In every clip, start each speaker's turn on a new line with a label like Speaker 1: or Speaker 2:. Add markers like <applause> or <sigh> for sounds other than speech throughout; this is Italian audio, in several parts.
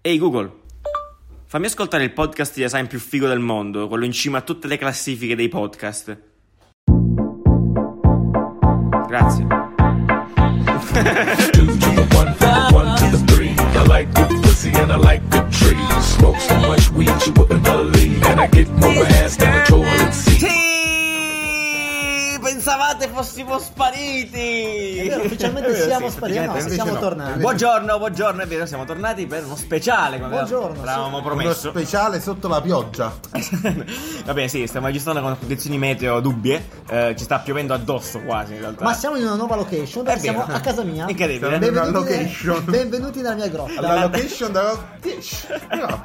Speaker 1: Ehi Google, fammi ascoltare il podcast di design più figo del mondo, quello in cima a tutte le classifiche dei podcast. Grazie.
Speaker 2: two to the one, from the one to the three. I like good pussy and I like good trees. Smoke so much weed you wouldn't believe, and I get more ass than a toilet seat.
Speaker 3: Sì, pensavate fossimo spariti.
Speaker 4: Vero, ufficialmente siamo spariti, no,
Speaker 5: invece
Speaker 4: siamo
Speaker 5: no.
Speaker 4: tornati.
Speaker 3: Buongiorno, buongiorno, è vero, siamo tornati per uno speciale. come avevamo-
Speaker 4: Buongiorno, sì.
Speaker 3: L'avevamo
Speaker 5: Uno
Speaker 3: promesso.
Speaker 5: speciale sotto la pioggia.
Speaker 3: <laughs> Va bene, sì, stiamo aggiustando con condizioni meteo dubbie. eh, ci sta piovendo addosso quasi, in realtà.
Speaker 4: Ma siamo in una nuova location
Speaker 3: È
Speaker 4: perché siamo
Speaker 3: vero.
Speaker 4: a casa mia.
Speaker 3: Incredibile.
Speaker 5: Siamo in
Speaker 4: Benvenuti,
Speaker 5: una location.
Speaker 4: benvenuti nella mia grotta.
Speaker 5: La location da 10. No.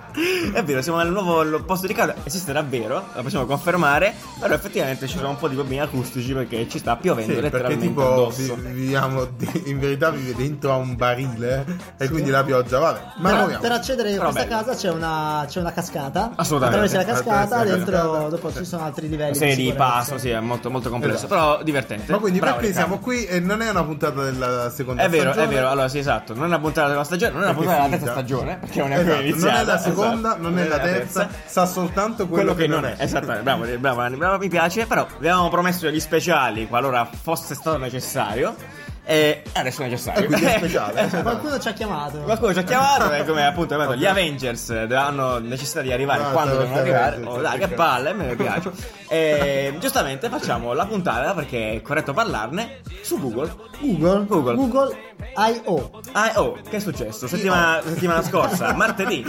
Speaker 3: È vero, siamo nel nuovo lo- posto di casa, esiste davvero, la possiamo confermare, però effettivamente ci sono un po' di problemi acustici perché ci sta piovendo
Speaker 5: Sì, perché
Speaker 3: letteralmente
Speaker 5: tipo vi-
Speaker 3: addosso.
Speaker 5: viviamo di- in verità vive dentro a un barile eh, e quindi la pioggia vabbè ma
Speaker 4: per,
Speaker 5: proviamo
Speaker 4: per accedere a
Speaker 3: Però
Speaker 4: questa
Speaker 3: bello.
Speaker 4: casa c'è una, c'è una cascata.
Speaker 3: Assolutamente. Eh,
Speaker 4: Attraversi la cascata,
Speaker 5: Attraversi la
Speaker 4: dentro
Speaker 5: cascata.
Speaker 4: dopo
Speaker 5: Sì.
Speaker 4: ci sono altri livelli.
Speaker 3: Serie di
Speaker 4: sicurezza.
Speaker 3: passo, sì, è molto, molto complesso,
Speaker 5: Esatto.
Speaker 3: però divertente.
Speaker 5: ma quindi
Speaker 3: Bravo,
Speaker 5: perché
Speaker 3: Riccardo.
Speaker 5: siamo qui e non è una puntata della seconda
Speaker 3: È vero,
Speaker 5: stagione
Speaker 3: è vero, allora sì, esatto. Non è una puntata della stagione, non è una
Speaker 5: Perché
Speaker 3: puntata della
Speaker 5: è
Speaker 3: terza
Speaker 5: finita.
Speaker 3: stagione, perché non è ancora
Speaker 5: Esatto, non
Speaker 3: iniziata.
Speaker 5: è la seconda
Speaker 3: esatto.
Speaker 5: non è la terza sa soltanto
Speaker 3: Quello, che, non è, esattamente, bravo, bravo, Anni, bravo, mi piace, però vi avevamo promesso degli speciali qualora fosse stato necessario e adesso è necessario.
Speaker 5: <laughs> E
Speaker 3: <laughs>
Speaker 5: quindi è speciale.
Speaker 3: Esatto.
Speaker 4: Qualcuno ci ha chiamato.
Speaker 3: Qualcuno ci ha chiamato e come appunto abbiamo detto, gli Avengers eh, hanno necessità di arrivare
Speaker 5: No,
Speaker 3: quando
Speaker 5: stavo-
Speaker 3: devono
Speaker 5: stavo-
Speaker 3: arrivare.
Speaker 5: sì,
Speaker 3: Oh,
Speaker 5: sì,
Speaker 3: dai,
Speaker 5: sì,
Speaker 3: che
Speaker 5: sì.
Speaker 3: palle, me ne piace. E giustamente facciamo la puntata perché è corretto parlarne su Google.
Speaker 4: Google.
Speaker 3: Google.
Speaker 4: IO.
Speaker 3: Ah, oh, che è successo? Settimana, settimana scorsa, martedì.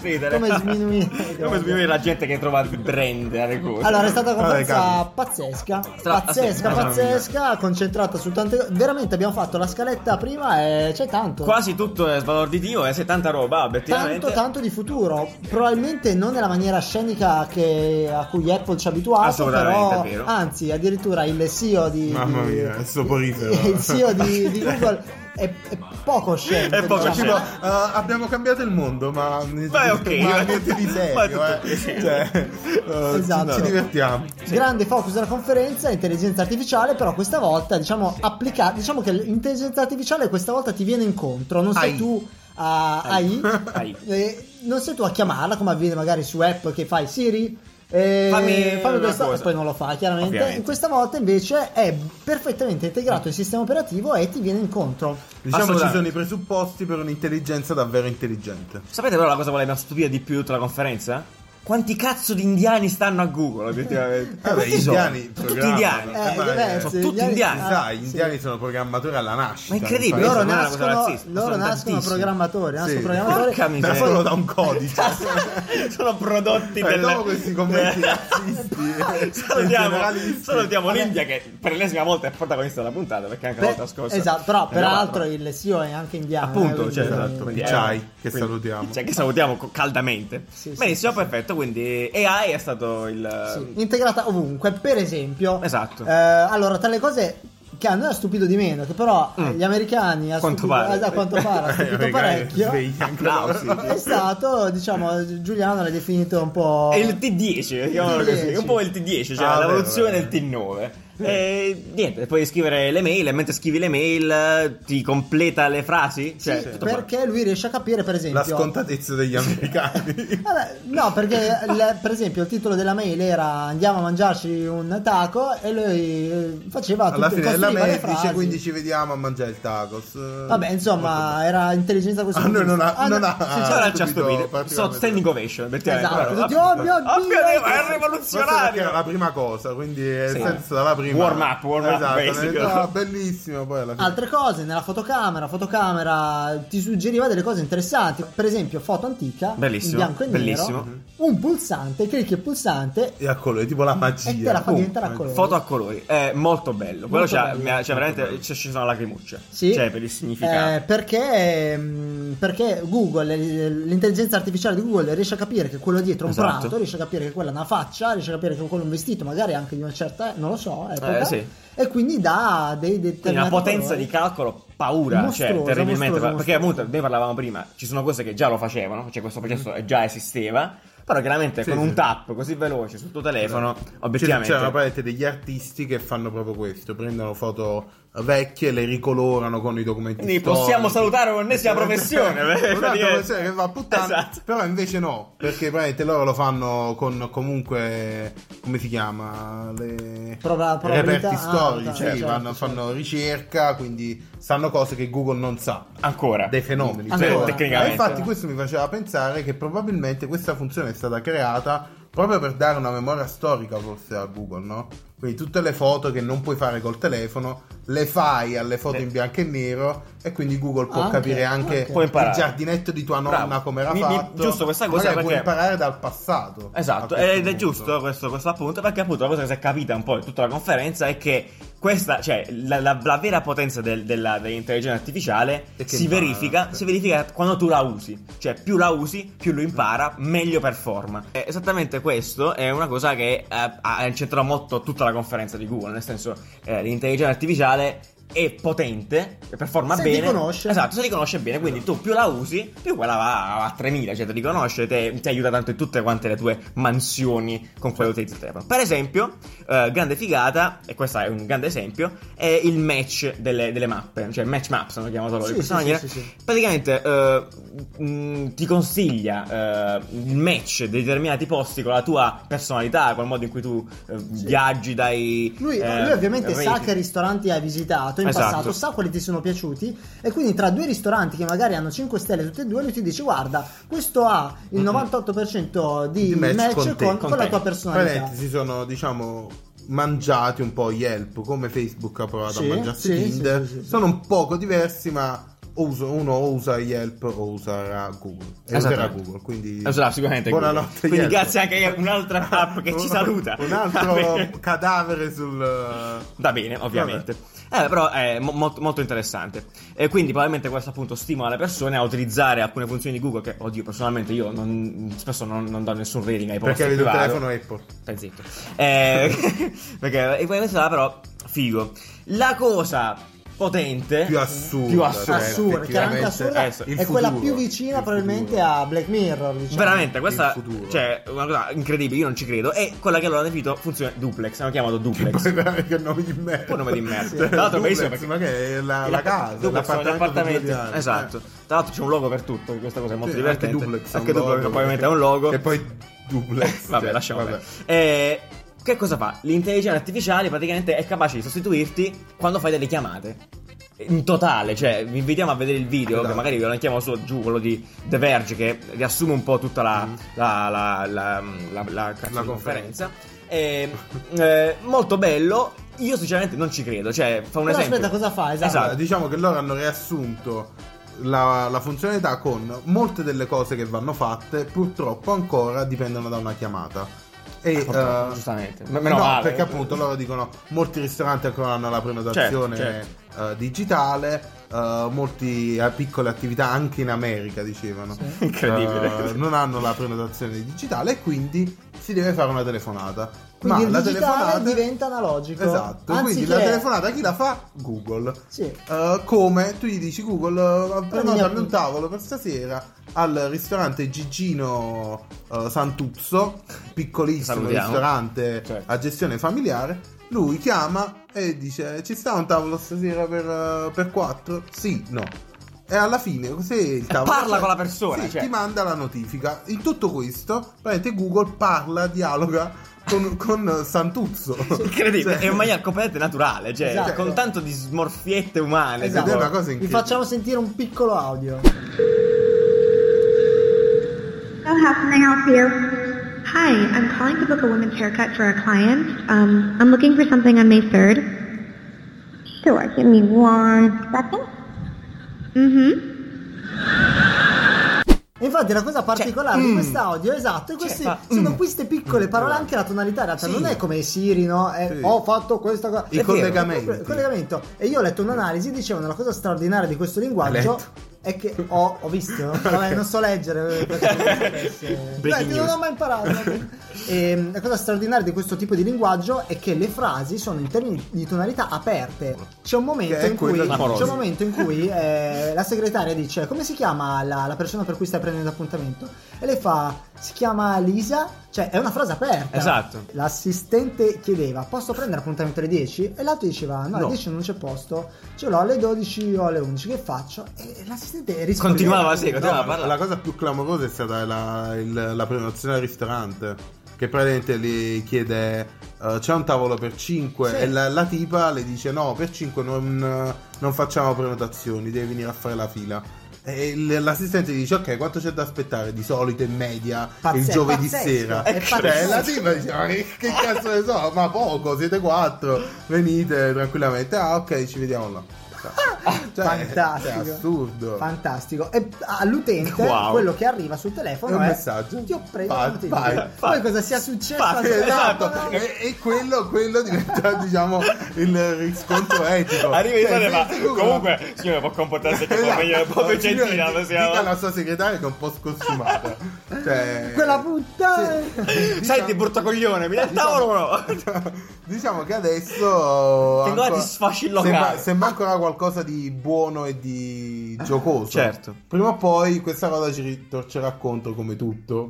Speaker 3: Ridere.
Speaker 4: Come sminuire.
Speaker 3: Come sminuire la gente che trova il brand alle cose.
Speaker 4: Allora, è stata una
Speaker 5: Vabbè,
Speaker 4: conferenza
Speaker 5: calmi.
Speaker 4: pazzesca,
Speaker 3: Stra-
Speaker 4: pazzesca,
Speaker 3: ah, sì,
Speaker 4: pazzesca, concentrata su tante cose. Veramente abbiamo fatto la scaletta prima e c'è tanto.
Speaker 3: Quasi tutto è sbalorditivo, eh, se tanta roba, obiettivamente.
Speaker 4: Tanto tanto di futuro, probabilmente non nella maniera scenica che- a cui Apple ci ha abituato,
Speaker 3: Assolutamente,
Speaker 4: però
Speaker 3: è vero.
Speaker 4: anzi addirittura il CEO di...
Speaker 5: Mamma
Speaker 4: di- <laughs>
Speaker 5: mia, è soporifero.
Speaker 4: Il CEO di, di Google è, è poco scenico.
Speaker 3: È poco
Speaker 4: diciamo.
Speaker 5: Tipo, eh, abbiamo cambiato il mondo, <laughs> ma niente,
Speaker 3: <laughs> Ma è cioè. ok,
Speaker 5: di- ma
Speaker 3: va-
Speaker 5: niente di
Speaker 3: va
Speaker 5: serio.
Speaker 3: tutto-
Speaker 5: eh. Cioè, eh, ci-
Speaker 4: Esatto.
Speaker 5: ci divertiamo. Diciamo
Speaker 4: Grande focus della conferenza, intelligenza artificiale, però questa volta diciamo applicata, diciamo che l'intelligenza artificiale questa volta ti viene incontro, non sei
Speaker 5: AI.
Speaker 4: tu a AI,
Speaker 3: AI.
Speaker 4: eh, non sei tu a chiamarla come avviene magari su app che fai Siri. eh,
Speaker 3: Fammi una
Speaker 4: questo
Speaker 3: cosa.
Speaker 4: e poi non lo fa chiaramente.
Speaker 3: Ovviamente.
Speaker 4: Questa volta invece è perfettamente integrato il sistema operativo e ti viene incontro.
Speaker 5: Diciamo ci
Speaker 3: Assolutamente.
Speaker 5: sono i presupposti per un'intelligenza davvero intelligente.
Speaker 3: Sapete però la cosa che mi ha stupito di più di tutta la conferenza? Quanti cazzo di indiani stanno a Google, obiettivamente?
Speaker 5: Vabbè,
Speaker 3: Quanti
Speaker 5: Eh, gli
Speaker 3: sono?
Speaker 5: indiani
Speaker 3: Sono tutti
Speaker 5: programmano.
Speaker 3: indiani.
Speaker 5: Eh, ma-
Speaker 4: diversi,
Speaker 3: sono tutti
Speaker 4: gli ali-
Speaker 3: indiani.
Speaker 4: ah,
Speaker 5: Sai, gli
Speaker 4: sì.
Speaker 5: indiani sono programmatori alla nascita.
Speaker 3: Ma incredibile,
Speaker 5: mi sa.
Speaker 4: Loro
Speaker 3: non è una cosa
Speaker 4: nascono,
Speaker 3: razzista,
Speaker 4: loro
Speaker 3: sono
Speaker 4: nascono
Speaker 3: tantissimi.
Speaker 4: programmatori, nascono
Speaker 5: Sì.
Speaker 4: programmatori.
Speaker 3: Porca
Speaker 5: Da
Speaker 3: miseria.
Speaker 5: cioè, solo da un codice.
Speaker 3: <laughs> sono prodotti
Speaker 5: E
Speaker 3: Cioè, per
Speaker 5: Eh,
Speaker 3: Eh,
Speaker 5: dopo questi commenti razzisti.
Speaker 3: <laughs>
Speaker 5: eh,
Speaker 3: salutiamo, Eh,
Speaker 5: generalisti.
Speaker 3: salutiamo
Speaker 4: Vabbè.
Speaker 3: l'India che per l'ennesima volta è protagonista della puntata perché anche la
Speaker 4: Per-
Speaker 3: volta scorsa
Speaker 4: esatto, però
Speaker 3: ne abbiamo
Speaker 4: peraltro
Speaker 3: parlato.
Speaker 4: il CEO è anche indiano.
Speaker 3: appunto
Speaker 4: eh,
Speaker 3: cioè,
Speaker 4: quindi-
Speaker 5: esatto,
Speaker 3: quindi,
Speaker 5: il
Speaker 3: eh,
Speaker 5: chai, che
Speaker 3: quindi-
Speaker 5: salutiamo.
Speaker 3: cioè, che salutiamo co- caldamente
Speaker 4: Sì, sì,
Speaker 3: benissimo perfetto quindi AI è stato il
Speaker 4: Sì, integrata ovunque. Per esempio,
Speaker 3: Esatto.
Speaker 4: eh, allora, tra le cose che a noi ha stupito di meno, che però eh,
Speaker 3: Mm.
Speaker 4: gli americani ha
Speaker 3: Quanto
Speaker 4: stupito,
Speaker 3: pare.
Speaker 4: eh, a quanto
Speaker 3: <laughs>
Speaker 4: pare ha
Speaker 5: Eh,
Speaker 4: stupito
Speaker 5: magari
Speaker 4: parecchio.
Speaker 5: <laughs> svegli anche
Speaker 3: Applausi.
Speaker 5: loro.
Speaker 4: È stato, diciamo, Giuliano l'ha definito un po'.
Speaker 3: È il T10, chiamalo così,
Speaker 4: T10.
Speaker 3: un po' il T10, cioè
Speaker 5: Ah, vabbè,
Speaker 3: l'evoluzione
Speaker 5: vabbè.
Speaker 3: del T9. E niente, puoi scrivere le mail e mentre scrivi le mail eh, ti completa le frasi?
Speaker 4: Sì,
Speaker 3: Cioè, tutto qua.
Speaker 4: perché lui riesce a capire, per esempio.
Speaker 5: La scontatezza
Speaker 3: <laughs>
Speaker 5: degli americani.
Speaker 4: Vabbè, no, perché il- per esempio il titolo della mail era andiamo a mangiarci un taco e lui eh, faceva
Speaker 5: Alla
Speaker 4: tutte-
Speaker 5: fine
Speaker 4: costruiva
Speaker 5: della
Speaker 4: le
Speaker 5: mail dice
Speaker 4: frasi.
Speaker 5: quindi ci vediamo a mangiare il tacos.
Speaker 4: Vabbè, insomma, era intelligenza così.
Speaker 5: Ah, no, non ha-
Speaker 4: no.
Speaker 5: non ha-
Speaker 4: Sì,
Speaker 3: Sì,
Speaker 4: sì,
Speaker 3: Ah, ora ci ha
Speaker 5: subito,
Speaker 3: stupito.
Speaker 5: particolarmente.
Speaker 3: Sono standing ovation, mettiamo
Speaker 4: Esatto,
Speaker 3: guarda,
Speaker 4: tutti, oh mio
Speaker 3: oh
Speaker 4: Dio,
Speaker 3: Dio, è
Speaker 5: Forse perché era la
Speaker 3: rivoluzionario.
Speaker 5: prima cosa, quindi è
Speaker 3: Sì.
Speaker 5: senza la prima.
Speaker 3: Warm up, warm up,
Speaker 5: Esatto,
Speaker 3: basic.
Speaker 5: nel- ah, bellissimo poi alla fine.
Speaker 4: Altre cose nella fotocamera, fotocamera ti suggeriva delle cose interessanti, per esempio foto antica
Speaker 3: Bellissimo,
Speaker 4: in bianco e
Speaker 3: bellissimo.
Speaker 4: nero, un pulsante, clicchi il pulsante
Speaker 5: E a colori, tipo la magia.
Speaker 4: e te la fa
Speaker 5: Oh,
Speaker 4: diventare a
Speaker 5: eh.
Speaker 4: colore.
Speaker 3: Foto a colori, è molto bello. Quello
Speaker 4: Molto
Speaker 3: c'ha,
Speaker 4: bello.
Speaker 3: mi ha- cioè, veramente ci ci sono lacrimucce.
Speaker 4: Sì.
Speaker 3: Cioè, per il significato.
Speaker 4: Eh, perché, mh, perché Google, eh, l'intelligenza artificiale di Google riesce a capire che quello dietro è un
Speaker 3: Esatto.
Speaker 4: prato, riesce a capire che quella è una faccia, riesce a capire che quello è un vestito, magari anche di una certa, non lo so, epoca,
Speaker 3: Eh, sì.
Speaker 4: e quindi dà dei
Speaker 3: Quindi una
Speaker 4: determinati
Speaker 3: potenza
Speaker 4: colori.
Speaker 3: di calcolo paura, cioè
Speaker 4: Mostruosa,
Speaker 3: terribilmente.
Speaker 4: mostruosa,
Speaker 3: perché
Speaker 4: mostruosa.
Speaker 3: appunto noi parlavamo prima, ci sono cose che già lo facevano, cioè questo processo già esisteva, però chiaramente
Speaker 5: Mm. Sì,
Speaker 3: con
Speaker 5: sì. Esatto. cioè,
Speaker 3: un tap così veloce sul tuo telefono,
Speaker 5: C'è,
Speaker 3: obiettivamente...
Speaker 5: c'è una parte degli artisti che fanno proprio questo, prendono foto eh, vecchie le ricolorano con i documenti
Speaker 3: Quindi possiamo
Speaker 5: storici.
Speaker 3: salutare un'ennesima professione. perché-
Speaker 5: Esatto. <laughs> Un'altra professione che fa puttana.
Speaker 3: Esatto.
Speaker 5: Però invece no, perché probabilmente loro lo fanno con comunque come si chiama? Le
Speaker 4: Prova-
Speaker 5: i
Speaker 4: probabilità-
Speaker 5: reperti
Speaker 4: ah,
Speaker 5: storici,
Speaker 4: certo,
Speaker 5: sì, vanno-
Speaker 4: certo,
Speaker 5: fanno ricerca, quindi sanno cose che Google non sa.
Speaker 3: Ancora.
Speaker 5: Dei fenomeni,
Speaker 4: Ancora.
Speaker 5: Cioè,
Speaker 3: Tecnicamente.
Speaker 5: eh, infatti, questo mi faceva pensare che probabilmente questa funzione è stata creata proprio per dare una memoria storica, forse a Google, no? Quindi tutte le foto che non puoi fare col telefono le fai alle
Speaker 3: Eh.
Speaker 5: foto in bianco e nero, e quindi Google può
Speaker 4: Anche,
Speaker 5: capire anche
Speaker 4: anche.
Speaker 3: Può imparare.
Speaker 5: il giardinetto di tua nonna
Speaker 3: Bravo.
Speaker 5: come era
Speaker 3: Mi- mi-
Speaker 5: fatto.
Speaker 3: giusto questa cosa
Speaker 5: Magari puoi
Speaker 3: perché-
Speaker 5: imparare dal passato.
Speaker 3: Esatto,
Speaker 5: a questo
Speaker 3: ed è
Speaker 5: punto.
Speaker 3: giusto questo, questo appunto perché appunto la cosa che si è capita un po' in tutta la conferenza è che questa, cioè la, la- la vera potenza del- della- dell'intelligenza artificiale
Speaker 5: E che
Speaker 3: si
Speaker 5: impara.
Speaker 3: verifica, si verifica quando tu la usi, cioè più la usi più lo impara, meglio performa. Eh, esattamente questo è una cosa che eh, ha incentrato molto tutta la conferenza di Google, nel senso eh, l'intelligenza artificiale è potente, e performa
Speaker 4: Se ti
Speaker 3: bene.
Speaker 4: conosce.
Speaker 3: Esatto, se riconosce bene, quindi tu più la usi, più quella va a 3000, cioè ti riconosce, te- ti aiuta tanto in tutte quante le tue mansioni con quello utilizzo il telefono. Per esempio, eh, grande figata, e questo è un grande esempio, è il match delle, delle mappe, cioè match maps hanno chiamato loro
Speaker 4: Sì,
Speaker 3: in questa
Speaker 4: sì,
Speaker 3: maniera.
Speaker 4: sì, sì, sì.
Speaker 3: Praticamente eh, mh, ti consiglia eh, il match di determinati posti con la tua personalità, col modo in cui tu eh, viaggi, dai...
Speaker 4: Lui,
Speaker 3: eh,
Speaker 4: lui ovviamente sa
Speaker 3: rating.
Speaker 4: che ristoranti hai visitato in
Speaker 3: Esatto.
Speaker 4: passato, sa quali ti sono piaciuti e quindi tra due ristoranti che magari hanno 5 stelle tutti e due lui ti dice guarda questo ha il 98% di,
Speaker 5: Di match
Speaker 4: match,
Speaker 5: con
Speaker 4: con,
Speaker 5: te,
Speaker 3: con
Speaker 4: con la
Speaker 3: te.
Speaker 4: tua
Speaker 5: Praticamente
Speaker 4: personalità.
Speaker 5: si sono, diciamo, mangiati un po' Yelp, come Facebook ha provato
Speaker 4: Sì,
Speaker 5: a mangiarsi
Speaker 4: sì,
Speaker 5: Tinder.
Speaker 4: sì, sì, sì, sì.
Speaker 5: Sono un poco diversi, ma uso- uno o usa Yelp o userà Google. E userà
Speaker 3: Esattamente.
Speaker 5: Google, quindi...
Speaker 3: Allora, sicuramente.
Speaker 5: Buonanotte,
Speaker 3: Quindi
Speaker 5: Yelp.
Speaker 3: grazie anche a
Speaker 4: <laughs>
Speaker 3: un'altra app che ci
Speaker 5: Un-
Speaker 3: saluta. <laughs>
Speaker 5: Un
Speaker 3: Va bene.
Speaker 5: altro cadavere sul...
Speaker 3: Va bene, ovviamente. Eh, però è mo- molto, molto interessante. E quindi probabilmente questo appunto stimola le persone a utilizzare alcune funzioni di Google che, oddio, personalmente io non- spesso non, non do nessun rating ai posti
Speaker 5: Perché avete
Speaker 3: in
Speaker 5: un
Speaker 3: privato.
Speaker 5: telefono Apple.
Speaker 3: Stai zitto. Eh, <laughs> perché e poi questa però figo. La cosa potente
Speaker 5: Più assurda.
Speaker 3: più assurda.
Speaker 5: cioè,
Speaker 4: assurda, chiaramente assurda,
Speaker 5: eh, il
Speaker 4: è quella più
Speaker 5: futuro,
Speaker 4: vicina
Speaker 5: il
Speaker 4: probabilmente
Speaker 5: futuro.
Speaker 4: a Black Mirror. Diciamo.
Speaker 3: Veramente, questa
Speaker 5: il futuro.
Speaker 3: cioè, una cosa incredibile, io non ci credo. È quella che loro hanno definito funzione duplex, hanno chiamato duplex.
Speaker 5: <laughs> che nome di merda.
Speaker 3: Poi nome di merda.
Speaker 5: Sì.
Speaker 3: Tra l'altro,
Speaker 5: Duplex,
Speaker 3: bellissimo perché-
Speaker 5: ma che è la,
Speaker 3: E
Speaker 5: la casa,
Speaker 3: duplex sono gli
Speaker 5: l'appartamento.
Speaker 3: appartamenti.
Speaker 5: familiare.
Speaker 3: Esatto. Tra l'altro c'è un logo per tutto, questa cosa è molto
Speaker 5: Sì,
Speaker 3: divertente.
Speaker 5: Anche duplex,
Speaker 3: Anche
Speaker 5: un logo.
Speaker 3: duplex, probabilmente è un logo.
Speaker 5: E poi duplex.
Speaker 3: Vabbè,
Speaker 5: cioè,
Speaker 3: lasciamo
Speaker 5: vabbè.
Speaker 3: perdere. Eh, che cosa fa? L'intelligenza artificiale praticamente è capace di sostituirti quando fai delle chiamate. In totale, cioè, vi invitiamo a vedere il video,
Speaker 5: Esatto.
Speaker 3: che magari ve lo mettiamo su giù, quello di The Verge, che riassume un po' tutta la, la, la, la, la- la- cazzo
Speaker 5: Mm. La
Speaker 3: di conferenza.
Speaker 5: conferenza.
Speaker 3: Eh, eh, molto bello. Io sinceramente non ci credo. Cioè, fa un
Speaker 4: Però
Speaker 3: esempio.
Speaker 4: aspetta, cosa fa? Esatto.
Speaker 5: Allora, diciamo che loro hanno riassunto la, la funzionalità con molte delle cose che vanno fatte, purtroppo ancora dipendono da una chiamata. E,
Speaker 3: purtroppo,
Speaker 5: eh,
Speaker 3: giustamente. M- meno
Speaker 5: no,
Speaker 3: male.
Speaker 5: perché appunto loro dicono molti ristoranti ancora hanno la prenotazione
Speaker 3: Certo,
Speaker 5: eh, digitale, eh, molti eh, piccole attività anche in America dicevano.
Speaker 3: Incredibile.
Speaker 5: eh, non hanno la prenotazione digitale e quindi si deve fare una telefonata.
Speaker 4: Quindi
Speaker 5: Ma
Speaker 4: il
Speaker 5: la
Speaker 4: digitale
Speaker 5: telefonata
Speaker 4: diventa cioè- analogico.
Speaker 5: Esatto,
Speaker 4: Anziché-
Speaker 5: quindi la telefonata chi la fa? Google.
Speaker 4: Sì.
Speaker 5: Eh, come tu gli dici Google eh, prenotami
Speaker 4: appunti.
Speaker 5: un tavolo per stasera al ristorante Gigino eh, Santuzzo, piccolissimo
Speaker 3: Salutiamo.
Speaker 5: ristorante
Speaker 3: Certo.
Speaker 5: a gestione familiare. Lui chiama e dice ci sta un tavolo stasera per, eh, per quattro? Sì, no. E alla fine, se il tavolo
Speaker 3: parla
Speaker 5: c'è-
Speaker 3: con la persona,
Speaker 5: sì,
Speaker 3: cioè.
Speaker 5: ti manda la notifica. In tutto questo, praticamente Google parla, dialoga con, con Santuzzo.
Speaker 3: Incredibile,
Speaker 5: <laughs> Cioè-
Speaker 3: è un maniera completamente naturale, cioè
Speaker 4: Esatto.
Speaker 3: con tanto di smorfiette umane.
Speaker 4: Esatto.
Speaker 5: Ed è una
Speaker 3: tipo-
Speaker 5: cosa
Speaker 4: Vi
Speaker 5: incredibile.
Speaker 4: facciamo sentire un piccolo audio.
Speaker 6: So how can I help you?
Speaker 7: Hi, I'm calling to book a women's haircut for a client. Um, I'm looking for something on May 3rd.
Speaker 6: Sure, give me one second.
Speaker 7: Mm-hmm.
Speaker 4: E Infatti la cosa particolare di quest'audio, esatto, è questi,
Speaker 3: fa-
Speaker 4: sono queste piccole parole, anche la tonalità in realtà non è come Siri, no? È,
Speaker 5: Mm. Sì.
Speaker 4: Ho fatto questa cosa.
Speaker 5: I
Speaker 4: È vero,
Speaker 5: collegamenti.
Speaker 4: il collegamento. E io ho letto un'analisi, dicevano la cosa straordinaria di questo linguaggio
Speaker 5: letto?
Speaker 4: è che ho, ho visto, Vabbè, non so
Speaker 5: <laughs>
Speaker 4: leggere, eh, perché- Dai,
Speaker 1: Breaking
Speaker 4: non
Speaker 1: news.
Speaker 4: ho mai imparato. E, la cosa straordinaria di questo tipo di linguaggio è che le frasi sono in termini di tonalità aperte. C'è un momento
Speaker 5: Che è
Speaker 4: in cui,
Speaker 5: quella
Speaker 4: c'è
Speaker 5: clamorosa.
Speaker 4: un momento in cui eh, la segretaria dice come si chiama la, la persona per cui stai prendendo appuntamento? E lei fa si chiama Lisa, cioè è una frase aperta.
Speaker 3: Esatto.
Speaker 4: L'assistente chiedeva posso prendere appuntamento alle 10? E l'altro diceva no, alle
Speaker 3: No.
Speaker 4: 10 non c'è posto, Cioè, ce l'ho alle 12 o alle 11, che faccio? E l'assistente rispondeva.
Speaker 3: Continuava, sì,
Speaker 5: No,
Speaker 3: continuava a
Speaker 5: ma
Speaker 3: parlare.
Speaker 5: la cosa più clamorosa è stata la, il- la prenotazione al ristorante. Che praticamente gli chiede: eh, C'è un tavolo per 5?
Speaker 4: Sì.
Speaker 5: E la, la tipa le dice: No, per 5 non, non facciamo prenotazioni, devi venire a fare la fila. E il- l'assistente dice: Ok, quanto c'è da aspettare? Di solito in media
Speaker 4: Pazzesco,
Speaker 5: il giovedì
Speaker 4: pazzesco,
Speaker 5: sera.
Speaker 4: è
Speaker 5: Cioè,
Speaker 4: pazzesco.
Speaker 5: la tipa dice: Ma che, che cazzo ne so? Ma poco, siete quattro, venite tranquillamente. Ah, ok, ci vediamo là. Cioè,
Speaker 4: <laughs> Fantastico.
Speaker 5: È assurdo.
Speaker 4: Fantastico. E all'utente
Speaker 1: Wow.
Speaker 4: quello che arriva sul telefono
Speaker 5: È
Speaker 4: è,
Speaker 5: un messaggio.
Speaker 4: Ti ho preso
Speaker 5: Vai,
Speaker 4: l'utente.
Speaker 5: vai,
Speaker 4: Poi
Speaker 5: vai.
Speaker 4: cosa sia successo? Cioè,
Speaker 5: Ah,
Speaker 4: al
Speaker 5: sì, esatto,
Speaker 4: telefono?
Speaker 5: e, e quello, quello diventa <laughs> diciamo il riscontro etico.
Speaker 1: Arriva
Speaker 5: Cioè,
Speaker 1: in ma
Speaker 5: se- se tu-
Speaker 1: comunque, signore, può comportarsi anche un po'
Speaker 5: Esatto.
Speaker 1: meglio, un po' più
Speaker 5: Signore,
Speaker 1: gentile, la
Speaker 5: Dica alla
Speaker 1: possiamo...
Speaker 5: sua segretaria che è un po' scostumata.
Speaker 1: <laughs>
Speaker 5: Cioè,
Speaker 4: Quella puttana.
Speaker 5: Sì.
Speaker 3: Senti, brutto coglione, mi dai il tavolo o no?
Speaker 5: <laughs> Diciamo che
Speaker 3: Tengo
Speaker 5: adesso
Speaker 3: la
Speaker 5: ancora-
Speaker 3: disfascia in locale.
Speaker 5: sembra, sembra ancora qualcosa di buono e di giocoso.
Speaker 3: Certo.
Speaker 5: Prima o poi questa cosa ci ritorcerà contro come tutto,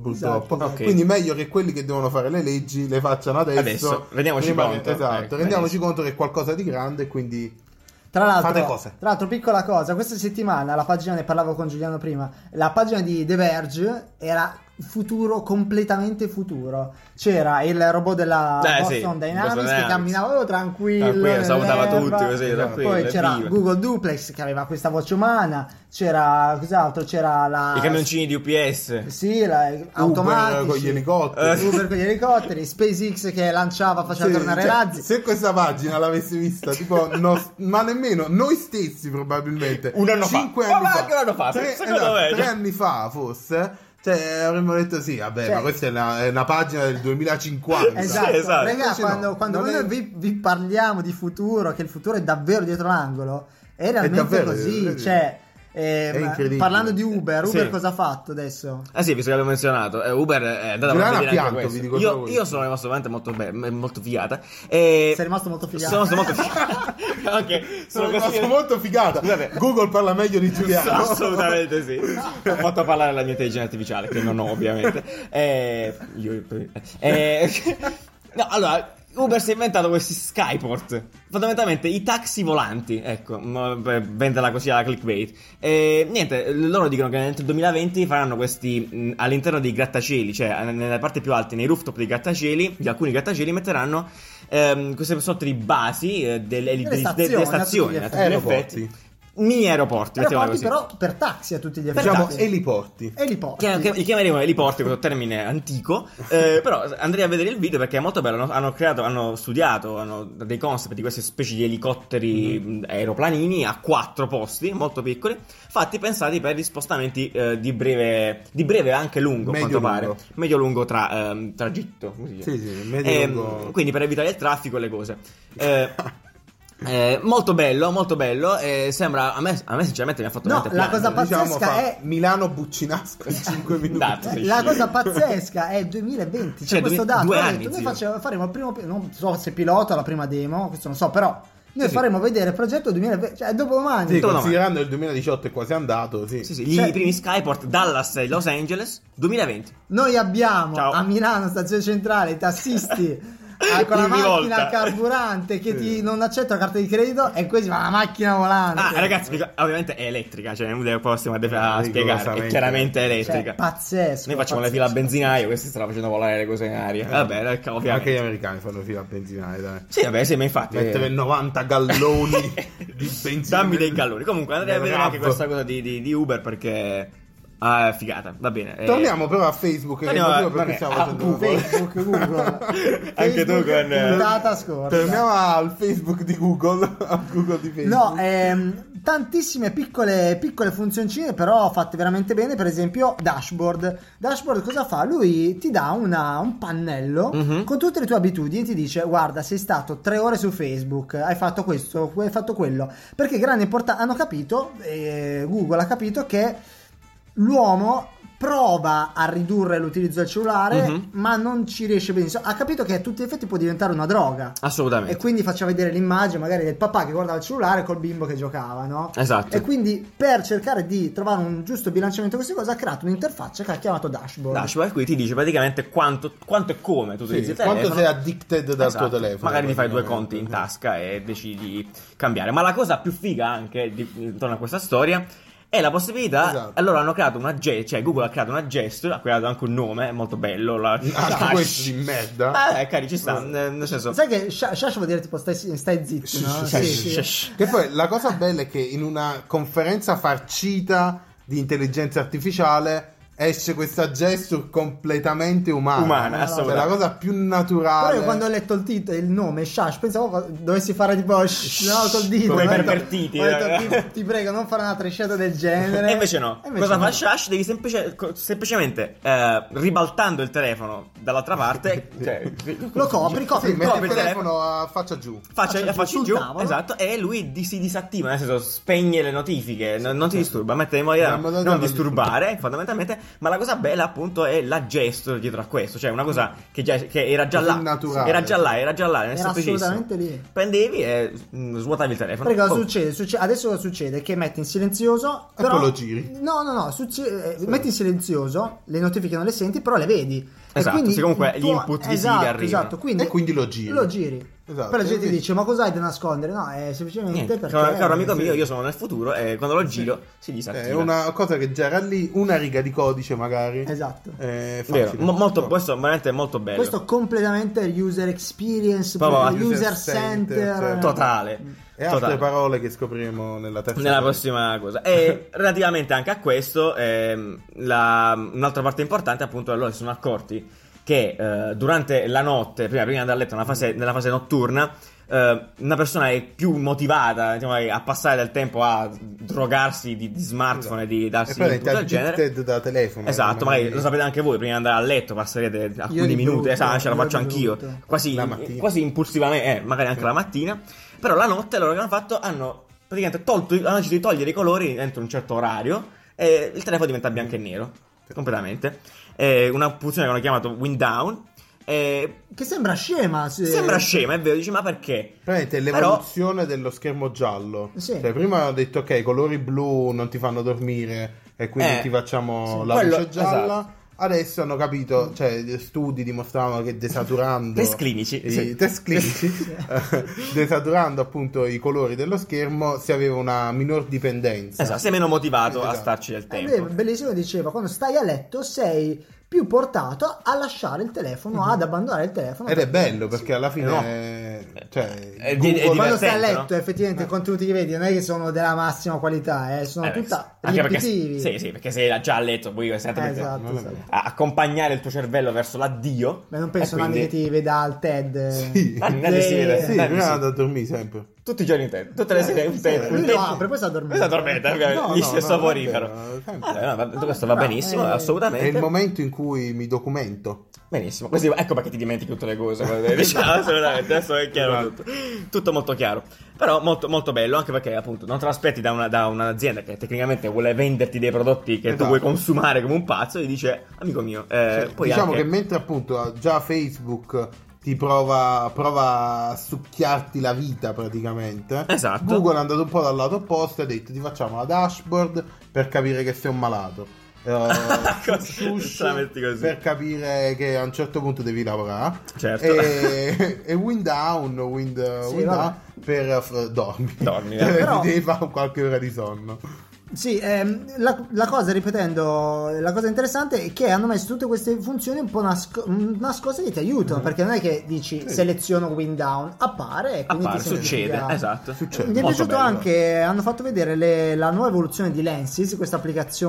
Speaker 4: Esatto,
Speaker 5: purtroppo.
Speaker 3: esatto.
Speaker 5: Quindi meglio che quelli che devono fare le leggi le facciano adesso.
Speaker 3: Adesso, rendiamoci conto.
Speaker 5: Esatto,
Speaker 3: Ecco,
Speaker 5: rendiamoci conto che è qualcosa di grande, quindi
Speaker 4: Tra
Speaker 5: Fate
Speaker 4: l'altro,
Speaker 5: cose.
Speaker 4: tra l'altro, piccola cosa, questa settimana la pagina, ne parlavo con Giuliano prima, la pagina di The Verge era futuro, completamente futuro. C'era il robot della
Speaker 3: Eh,
Speaker 4: Boston
Speaker 3: sì, Boston
Speaker 4: Dynamics che
Speaker 3: Dynamics.
Speaker 4: camminava oh, tranquillo.
Speaker 3: Tranquillo,
Speaker 4: nell'erba.
Speaker 3: salutava tutti, così, tranquillo,
Speaker 4: Poi c'era
Speaker 3: evviva.
Speaker 4: Google Duplex che aveva questa voce umana, c'era cos'altro, c'era la...
Speaker 3: I camioncini di UPS.
Speaker 4: Sì, la,
Speaker 5: Uber con gli
Speaker 4: automatici.
Speaker 5: elicotteri.
Speaker 4: Uber con gli elicotteri, SpaceX che lanciava, faceva
Speaker 5: Sì,
Speaker 4: tornare
Speaker 5: cioè,
Speaker 4: razzi.
Speaker 5: se questa pagina l'avessi vista, tipo, no- <laughs> ma nemmeno noi stessi, probabilmente
Speaker 3: Un anno fa.
Speaker 5: cinque
Speaker 3: Ma
Speaker 5: anni
Speaker 3: anche
Speaker 5: fa,
Speaker 3: un anno fa,
Speaker 5: tre,
Speaker 3: secondo
Speaker 5: esatto,
Speaker 3: me,
Speaker 5: tre
Speaker 3: cioè.
Speaker 5: anni fa, forse, cioè, avremmo detto sì, vabbè,
Speaker 4: Cioè-
Speaker 5: ma questa è una, è una pagina del
Speaker 4: <laughs>
Speaker 5: 2050.
Speaker 4: Esatto,
Speaker 3: Sì, esatto.
Speaker 4: Raga,
Speaker 5: Invece no,
Speaker 4: quando, quando
Speaker 5: non
Speaker 4: noi
Speaker 5: è-
Speaker 4: vi, vi parliamo di futuro, che il futuro è davvero dietro l'angolo, è realmente
Speaker 5: davvero
Speaker 4: così.
Speaker 5: dietro-
Speaker 4: Cioè, eh,
Speaker 5: È
Speaker 4: ma-
Speaker 5: incredibile.
Speaker 4: parlando di Uber, Uber
Speaker 3: Sì.
Speaker 4: cosa ha fatto adesso?
Speaker 3: Ah sì, visto che abbiamo menzionato, eh, Uber è andata
Speaker 5: Giuliana
Speaker 3: a
Speaker 5: ha pianto,
Speaker 3: pianto,
Speaker 5: vi dico solo
Speaker 3: io,
Speaker 5: questo.
Speaker 3: io sono rimasto veramente molto, be- molto figata. E...
Speaker 4: Sei rimasto molto figato.
Speaker 3: Eh, Sono, sono molto figata. <laughs> ok,
Speaker 5: Sono
Speaker 3: sono
Speaker 5: rimasto
Speaker 3: così...
Speaker 5: molto figata.
Speaker 3: Scusate.
Speaker 5: Google parla meglio
Speaker 3: <laughs>
Speaker 5: di Giuliano. Diciamo,
Speaker 1: Assolutamente sì.
Speaker 3: Ho fatto parlare la mia intelligenza artificiale, che non ho ovviamente. Eh, io- eh, no, allora, Uber si è inventato questi Skyport. Fondamentalmente i taxi volanti, ecco, ma- beh, vendela così alla clickbait. E, niente, loro dicono che entro il 2020 faranno questi mh, all'interno dei grattacieli, cioè eh, nella parte più alta, nei rooftop dei grattacieli, di alcuni grattacieli metteranno ehm, queste sorte di basi eh, delle, delle- delle
Speaker 4: stazioni, a tutti gli
Speaker 5: Eh,
Speaker 3: stazioni, a tutti gli
Speaker 5: Aeroporti.
Speaker 3: effetti. Mini aeroporti, mettiamola
Speaker 4: Aeroporti,
Speaker 3: così.
Speaker 4: <laughs> però per taxi a tutti gli effetti.
Speaker 5: Diciamo eliporti.
Speaker 4: e li porti.
Speaker 3: Che, che, li chiameremo eliporti, questo termine antico.
Speaker 4: <laughs>
Speaker 3: eh, però andrei a vedere il video perché è molto bello. Hanno, hanno creato, hanno studiato hanno dei concept di queste specie di elicotteri
Speaker 4: Mm-hmm.
Speaker 3: mh, aeroplanini a quattro posti, molto piccoli, fatti pensati per gli spostamenti eh, di breve, di breve e anche lungo, a quanto
Speaker 5: Medio-lungo.
Speaker 3: pare. Medio-lungo tra, ehm, tragitto. come si dice?
Speaker 5: Sì, sì, medio-lungo.
Speaker 3: Ehm, Quindi per evitare il traffico e le cose. Eh, <laughs> eh, molto bello, molto bello. eh, sembra a me, a me sinceramente mi ha fatto
Speaker 4: No,
Speaker 3: veramente
Speaker 4: la
Speaker 3: piangere.
Speaker 4: cosa pazzesca
Speaker 5: Diciamo fa
Speaker 4: è...
Speaker 5: Milano Buccinasco in
Speaker 3: <laughs>
Speaker 5: 5 minuti.
Speaker 3: Dato, sì.
Speaker 4: Eh, La cosa pazzesca è 2020, c'è
Speaker 3: Cioè,
Speaker 4: questo
Speaker 3: due-
Speaker 4: dato.
Speaker 3: due
Speaker 4: ho
Speaker 3: anni,
Speaker 4: detto, noi
Speaker 3: zio.
Speaker 4: facciamo- faremo il primo, non so se pilota la prima demo, questo non so, però noi
Speaker 3: sì.
Speaker 4: faremo vedere il progetto 2020, cioè dopodomani.
Speaker 5: Sì,
Speaker 3: Tutto domani.
Speaker 5: considerando il 2018 è quasi andato, sì.
Speaker 3: Sì, sì, gli
Speaker 4: Cioè-
Speaker 3: primi Skyport Dallas e Los Angeles 2020.
Speaker 4: Noi abbiamo
Speaker 3: Ciao.
Speaker 4: a Milano, stazione centrale, i
Speaker 3: <laughs>
Speaker 4: tassisti ah, con la
Speaker 3: In
Speaker 4: macchina
Speaker 3: rivolta.
Speaker 4: al carburante che ti non accetta la carta di credito e così va la macchina volante.
Speaker 3: Ah, ragazzi, perché ovviamente è elettrica, cioè non devo- stiamo a, a
Speaker 5: Eh,
Speaker 3: spiegare, è
Speaker 5: rigorosamente.
Speaker 3: chiaramente
Speaker 4: cioè,
Speaker 3: elettrica.
Speaker 4: pazzesco.
Speaker 3: Noi facciamo la fila
Speaker 4: pazzesco.
Speaker 3: a benzinaio, questi stanno facendo volare le cose in aria. Vabbè, ecco,
Speaker 5: Eh, Anche gli
Speaker 3: ovviamente.
Speaker 5: americani fanno fila a benzinare, dai.
Speaker 3: Sì, vabbè, sì, ma infatti.
Speaker 5: Mettere
Speaker 3: eh,
Speaker 5: 90
Speaker 3: <laughs>
Speaker 5: galloni di benzina.
Speaker 3: Dammi dei galloni. Comunque andrei a
Speaker 5: nel
Speaker 3: vedere anche
Speaker 5: RAV.
Speaker 3: questa cosa di, di- di Uber perché Ah, figata, va bene. eh.
Speaker 5: Torniamo però a Facebook, che è il
Speaker 3: Torniamo a-
Speaker 5: motivo per
Speaker 3: vabbè,
Speaker 5: cui stiamo
Speaker 3: a
Speaker 5: facendo una
Speaker 3: Google.
Speaker 5: cosa.
Speaker 4: Facebook,
Speaker 3: <laughs>
Speaker 4: Google.
Speaker 3: Anche tu
Speaker 4: Facebook,
Speaker 3: con, eh,
Speaker 4: Puntata scorsa.
Speaker 5: Torniamo al Facebook di Google, <laughs> al Google di Facebook.
Speaker 4: No, ehm, tantissime piccole, piccole funzioncine, però fatte veramente bene. Per esempio, dashboard. Dashboard cosa fa? Lui ti dà una- un pannello con tutte le tue abitudini. Ti dice: Guarda, sei stato tre ore su Facebook, hai fatto questo, hai fatto quello. Perché grande importanza hanno capito, eh, Google ha capito che l'uomo. Prova a ridurre l'utilizzo del cellulare, ma non ci riesce benissimo. Ha capito che a tutti gli effetti può diventare una droga. E
Speaker 3: Assolutamente.
Speaker 4: quindi faccia vedere l'immagine magari del papà che guardava il cellulare col bimbo che giocava, no?
Speaker 3: Esatto.
Speaker 4: E quindi per cercare di trovare un giusto bilanciamento a queste cose ha creato un'interfaccia che ha chiamato dashboard.
Speaker 3: Dashboard qui ti dice praticamente quanto, quanto e come tu utilizzi
Speaker 5: Sì,
Speaker 3: il telefono.
Speaker 5: quanto sei addicted dal
Speaker 3: eh, Esatto.
Speaker 5: tuo telefono.
Speaker 3: Magari ti fai due
Speaker 5: praticamente.
Speaker 3: conti in tasca e decidi di cambiare. Ma la cosa più figa anche di- intorno a questa storia è la possibilità.
Speaker 5: Esatto.
Speaker 3: Allora hanno creato una ge- cioè Google ha creato una gesture, ha creato anche un nome molto bello. La
Speaker 5: <laughs> Ah, questo di merda.
Speaker 3: <laughs> Ah, eh, cari, ci sta. eh, Nel senso,
Speaker 4: Sai che sha- shash vuol dire tipo stai, stai zitto, no?
Speaker 3: Cioè,
Speaker 4: Sì, sì.
Speaker 3: cioè, cioè,
Speaker 5: Che poi la cosa bella è che in una conferenza farcita di intelligenza artificiale esce questa gesture completamente umana.
Speaker 3: Umana,
Speaker 5: cioè,
Speaker 3: assolutamente.
Speaker 5: la cosa più
Speaker 4: Però
Speaker 5: naturale.
Speaker 4: io quando ho letto il titolo, il nome Shash, pensavo co- dovessi fare tipo shh, no, col dito.
Speaker 3: Come i
Speaker 4: ho detto-
Speaker 3: pervertiti,
Speaker 4: ho detto,
Speaker 3: eh.
Speaker 4: ti, ti prego, non fare una trecciata del genere.
Speaker 3: E invece no.
Speaker 4: E invece
Speaker 3: Cosa
Speaker 4: no.
Speaker 3: fa Shash? Devi semplice- co- semplicemente eh, ribaltando il telefono dall'altra
Speaker 5: <laughs>
Speaker 3: parte. cioè,
Speaker 4: Lo copri, copri.
Speaker 5: Sì, mette
Speaker 3: copri
Speaker 5: il
Speaker 3: il
Speaker 5: telefono a faccia giù.
Speaker 3: Faccia,
Speaker 4: Faccia
Speaker 3: faccia,
Speaker 4: giù
Speaker 3: in
Speaker 4: sul
Speaker 3: giù,
Speaker 4: tavolo.
Speaker 3: esatto, e lui di- si disattiva, nel senso spegne le notifiche, non, non ti disturba, mette in modalità
Speaker 5: Non- non-
Speaker 3: non,
Speaker 5: non-
Speaker 3: disturbare fondamentalmente, ma la cosa bella appunto è la gesture dietro a questo, cioè una cosa che, già- che era già
Speaker 5: Così
Speaker 3: là,
Speaker 5: naturale.
Speaker 3: era già là, era già là, era
Speaker 4: Era
Speaker 3: semplicissimo.
Speaker 4: assolutamente lì.
Speaker 3: Prendevi e mm, svuotavi il telefono.
Speaker 4: Perché cosa
Speaker 3: Oh,
Speaker 4: succede? Succe- adesso cosa succede? Che metti in silenzioso.
Speaker 5: E
Speaker 3: Ecco,
Speaker 4: Però...
Speaker 5: poi lo giri.
Speaker 4: No, no, no. succe- eh, Metti in silenzioso, le notifiche non le senti, però le vedi. E
Speaker 3: Esatto,
Speaker 4: quindi
Speaker 3: sì, comunque
Speaker 4: il
Speaker 3: gli input visivi
Speaker 4: esatto,
Speaker 3: arrivano.
Speaker 4: Esatto, quindi,
Speaker 5: E quindi lo giri.
Speaker 4: Lo giri.
Speaker 5: Esatto,
Speaker 4: Però la gente
Speaker 5: quindi-
Speaker 4: dice, ma cos'hai da nascondere? No, è semplicemente
Speaker 3: niente,
Speaker 4: perché.
Speaker 3: caro, caro amico mio, io sono nel futuro e quando lo giro si disattiva.
Speaker 5: È Eh, una cosa che già era lì, una riga di codice magari.
Speaker 4: Esatto.
Speaker 5: È facile. Boh.
Speaker 3: Vero, mo- molto, questo è veramente molto bello.
Speaker 4: Questo completamente user experience,
Speaker 3: Proprio
Speaker 4: proprio
Speaker 5: user
Speaker 4: user
Speaker 5: center,
Speaker 4: center.
Speaker 5: cioè,
Speaker 3: totale.
Speaker 5: E altre
Speaker 3: totale.
Speaker 5: parole che scopriremo nella terza
Speaker 3: Nella
Speaker 5: serie.
Speaker 3: prossima cosa.
Speaker 5: <laughs>
Speaker 3: E relativamente anche a questo, ehm, la- un'altra parte importante, appunto, loro si sono accorti che eh, durante la notte, prima, prima di andare a letto, nella fase, nella fase notturna, eh, una persona è più motivata diciamo, a passare del tempo a drogarsi di, di smartphone e di
Speaker 5: Esatto.
Speaker 3: darsi
Speaker 5: E poi
Speaker 3: tutto
Speaker 5: ti
Speaker 3: del genere.
Speaker 5: addicted da telefono.
Speaker 3: Esatto,
Speaker 5: Magari-
Speaker 3: magari lo sapete anche voi, prima di andare a letto passerete
Speaker 4: di
Speaker 3: alcuni minuti,
Speaker 4: brutto,
Speaker 3: esatto, ce la
Speaker 4: io
Speaker 3: faccio
Speaker 4: di
Speaker 3: anch'io,
Speaker 4: brutto.
Speaker 3: quasi,
Speaker 5: La mattina.
Speaker 3: quasi impulsivamente, eh, magari anche la mattina, però la notte loro che hanno fatto hanno praticamente tolto, hanno deciso di togliere i colori dentro un certo orario e il telefono diventa bianco e nero, completamente, Eh, una funzione che hanno chiamato wind down, eh,
Speaker 4: Che sembra scema. se-
Speaker 3: sembra scema, è vero, dici ma perché?
Speaker 5: Praticamente
Speaker 3: Però-
Speaker 5: l'evoluzione dello schermo giallo.
Speaker 4: Sì.
Speaker 5: Cioè, prima ho detto ok, i colori blu non ti fanno dormire e quindi
Speaker 3: Eh,
Speaker 5: ti facciamo
Speaker 3: sì,
Speaker 5: la
Speaker 3: quello- esatto.
Speaker 5: luce gialla. Adesso hanno capito, cioè studi dimostravano che desaturando
Speaker 3: Test clinici, <laughs>
Speaker 5: i
Speaker 3: sì.
Speaker 5: test clinici <laughs> desaturando appunto i colori dello schermo si aveva una minor dipendenza.
Speaker 3: Esatto, sei meno motivato a
Speaker 5: Esatto.
Speaker 3: starci del
Speaker 4: Eh,
Speaker 3: tempo.
Speaker 4: beh, bellissimo diceva quando stai a letto sei più portato a lasciare il telefono
Speaker 3: Mhm.
Speaker 4: ad abbandonare il
Speaker 3: Eh
Speaker 4: telefono
Speaker 5: Ed è bello perché alla
Speaker 3: No.
Speaker 5: fine cioè,
Speaker 3: È di- è
Speaker 5: Google-
Speaker 3: divertente,
Speaker 4: quando stai a
Speaker 3: Attento,
Speaker 4: letto
Speaker 3: no?
Speaker 4: effettivamente i contenuti che vedi non è che sono della massima qualità eh, sono
Speaker 3: Eh, beh,
Speaker 4: tutta
Speaker 3: anche perché-
Speaker 4: ripetitivi
Speaker 3: sì, sì, perché sei già a letto, poi
Speaker 4: Eh,
Speaker 3: esattamente
Speaker 4: esatto,
Speaker 5: vabbè.
Speaker 4: esatto.
Speaker 3: a accompagnare il tuo cervello verso l'addio.
Speaker 4: ma non penso
Speaker 3: e
Speaker 4: neanche
Speaker 3: quindi-
Speaker 4: che ti veda al TED eh.
Speaker 5: Sì.
Speaker 3: Dai, dai, si vede,
Speaker 5: Sì,
Speaker 3: dai,
Speaker 5: prima
Speaker 3: sì.
Speaker 5: andavo a dormire sempre.
Speaker 3: Tutti i giorni in te, tutte le sere in te.
Speaker 4: lui
Speaker 3: in
Speaker 4: lo
Speaker 3: te-
Speaker 4: apre, poi si
Speaker 3: Poi
Speaker 4: addormenta.
Speaker 3: si addormenta, ovviamente.
Speaker 5: No,
Speaker 3: Gli
Speaker 5: no, no,
Speaker 3: stesso
Speaker 5: vabbè,
Speaker 3: porifero.
Speaker 5: sempre.
Speaker 3: Vabbè, Eh, no, va- tutto questo va
Speaker 4: no,
Speaker 3: benissimo,
Speaker 4: eh,
Speaker 5: È
Speaker 3: assolutamente.
Speaker 5: il momento in cui mi documento.
Speaker 3: Benissimo, così ecco perché ti dimentichi tutte le cose. Esatto. guarda, <laughs> diciamo, assolutamente, adesso è chiaro tutto. Tutto molto chiaro. Però molto, molto bello, anche perché appunto non te l'aspetti da, una- da un'azienda che tecnicamente vuole venderti dei prodotti che
Speaker 5: Esatto.
Speaker 3: tu vuoi consumare come un pazzo e dice, amico mio, eh,
Speaker 5: Cioè,
Speaker 3: poi
Speaker 5: diciamo
Speaker 3: anche-
Speaker 5: che mentre appunto già Facebook ti prova, prova a succhiarti la vita praticamente.
Speaker 3: Esatto.
Speaker 5: Google è andato un po' dal lato opposto e ha detto ti facciamo la dashboard per capire che sei un malato. Eh,
Speaker 3: <laughs> Cosa-
Speaker 5: shush
Speaker 3: te la metti così.
Speaker 5: per capire che a un certo punto devi lavorare
Speaker 3: Certo.
Speaker 5: e, e wind down wind,
Speaker 4: Sì,
Speaker 5: wind
Speaker 4: vabbè.
Speaker 5: down per eh, dormi <laughs>
Speaker 3: Dormi, eh.
Speaker 5: per
Speaker 4: Però-
Speaker 5: devi fare qualche ora di sonno
Speaker 4: Sì, ehm, la, la cosa, ripetendo, la cosa interessante è che hanno messo tutte queste funzioni un po' nasc- mh, nascoste che ti
Speaker 3: Mm-hmm.
Speaker 4: aiutano, perché non è che dici seleziono wind down, appare e quindi
Speaker 3: Appare,
Speaker 4: ti
Speaker 3: succede,
Speaker 4: segnala.
Speaker 3: esatto.
Speaker 5: Succede.
Speaker 4: Mi è
Speaker 5: Molto
Speaker 4: piaciuto
Speaker 5: bello.
Speaker 4: anche, hanno fatto vedere le- la nuova evoluzione di Lenses, questa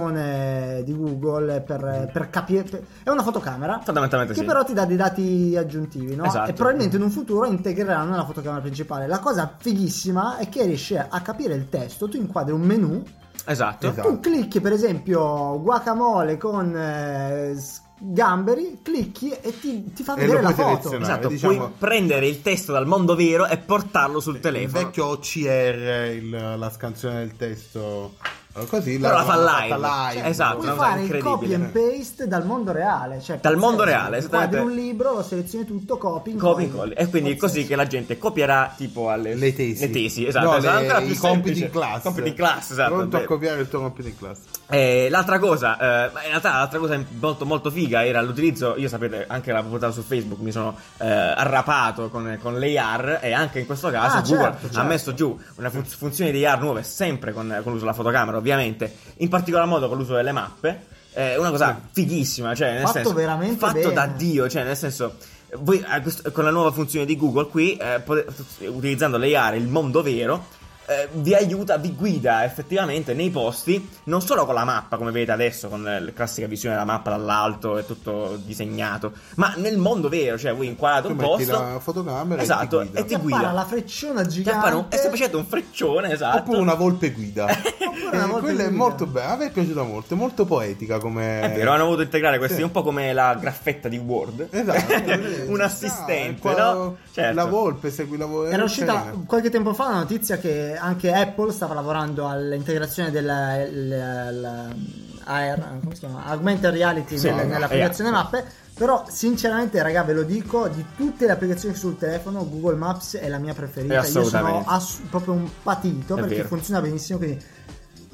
Speaker 4: applicazione di Google per, per capire... per- è una fotocamera
Speaker 3: Fondamentalmente
Speaker 4: che
Speaker 3: Mm-hmm. sì.
Speaker 4: però ti dà dei dati aggiuntivi, no?
Speaker 3: Esatto.
Speaker 4: E probabilmente in un futuro integreranno la fotocamera principale. La cosa fighissima è che riesci a capire il testo, tu inquadri un menu,
Speaker 3: Esatto.
Speaker 5: Esatto.
Speaker 4: tu clicchi per esempio guacamole con eh, s- gamberi, clicchi e ti, ti fa
Speaker 5: E
Speaker 4: vedere
Speaker 5: lo
Speaker 4: la
Speaker 5: puoi
Speaker 4: foto.
Speaker 5: selezionare.
Speaker 3: Esatto,
Speaker 5: diciamo-
Speaker 3: puoi prendere il testo dal mondo vero e portarlo sul
Speaker 5: Il
Speaker 3: telefono.
Speaker 5: vecchio OCR, il- la scansione del testo. eh, Così
Speaker 3: Però la fa
Speaker 5: l'hanno
Speaker 3: live.
Speaker 5: fatta
Speaker 3: Cioè, esatto.
Speaker 4: Puoi
Speaker 3: una cosa
Speaker 4: fare il copy
Speaker 3: incredibile.
Speaker 4: and paste dal mondo reale. Cioè,
Speaker 3: Dal mondo
Speaker 4: pazzesco.
Speaker 3: reale,
Speaker 4: Guardi
Speaker 3: esattamente.
Speaker 4: un libro, lo selezioni tutto, copy,
Speaker 3: Copy and
Speaker 4: incolli.
Speaker 3: colli. E quindi è così
Speaker 4: Pazzesco.
Speaker 3: che la gente copierà tipo alle
Speaker 5: Mm. Le tesi.
Speaker 3: Le tesi, esatto.
Speaker 5: No,
Speaker 3: esatto,
Speaker 5: le-
Speaker 3: ancora più
Speaker 5: i compiti
Speaker 3: semplice.
Speaker 5: in classe.
Speaker 3: Compiti in classe, esatto.
Speaker 5: Pronto a
Speaker 3: Beh,
Speaker 5: copiare il tuo compito
Speaker 3: <laughs>
Speaker 5: in classe.
Speaker 3: Eh, l'altra cosa, eh, ma in realtà l'altra cosa molto, molto figa era l'utilizzo, io sapete, anche la puntata su Facebook mi sono eh, arrapato con, con l'AR e anche in questo caso
Speaker 4: Ah,
Speaker 3: Google
Speaker 4: certo, certo.
Speaker 3: ha messo giù una fun- funzione di AR nuove, sempre con, con l'uso della fotocamera ovviamente, in particolar modo con l'uso delle mappe, è una cosa fighissima, cioè nel
Speaker 4: Fatto
Speaker 3: senso,
Speaker 4: veramente
Speaker 3: fatto
Speaker 4: bene.
Speaker 3: da Dio, cioè nel senso... Voi a questo- con la nuova funzione di Google qui, eh, pote- utilizzando l'AR, il mondo vero, eh, vi aiuta, vi guida effettivamente nei posti, non solo con la mappa, come vedete adesso, con eh, la classica visione della mappa dall'alto e tutto disegnato, ma nel mondo vero, cioè voi inquadrate
Speaker 5: Tu
Speaker 3: un
Speaker 5: metti
Speaker 3: posto.
Speaker 5: la fotocamera e
Speaker 3: esatto,
Speaker 5: ti guida.
Speaker 4: Ti
Speaker 3: guida.
Speaker 4: appara la frecciona
Speaker 3: Ti appare un-
Speaker 4: gigante.
Speaker 3: è semplicemente un freccione, esatto.
Speaker 5: Oppure una volpe
Speaker 3: <laughs>
Speaker 5: guida.
Speaker 4: Oppure una
Speaker 5: Eh,
Speaker 4: volpe
Speaker 5: Quella è
Speaker 4: guida.
Speaker 5: molto bella. A me è piaciuta molto. È molto poetica come.
Speaker 3: È vero, hanno voluto integrare questi
Speaker 5: eh, Sì.
Speaker 3: un po' come la graffetta di Word.
Speaker 5: <laughs>
Speaker 3: <laughs>
Speaker 5: Esatto.
Speaker 3: un assistente,
Speaker 5: Ah, qua-
Speaker 3: no? Certo.
Speaker 5: La volpe segui la volpe.
Speaker 4: Era uscita
Speaker 5: Carina.
Speaker 4: qualche tempo fa la notizia che anche Apple stava lavorando all'integrazione della l- l- AR, come si chiama? Augmented reality
Speaker 3: Sì,
Speaker 4: nel-
Speaker 3: no,
Speaker 4: nell'applicazione mappe. Però sinceramente raga ve lo dico, di tutte le applicazioni sul telefono Google Maps è la mia
Speaker 3: Eh,
Speaker 4: preferita. Io sono
Speaker 3: assolutamente.
Speaker 4: ass- proprio un patito
Speaker 3: È
Speaker 4: perché
Speaker 3: vero.
Speaker 4: funziona benissimo. Quindi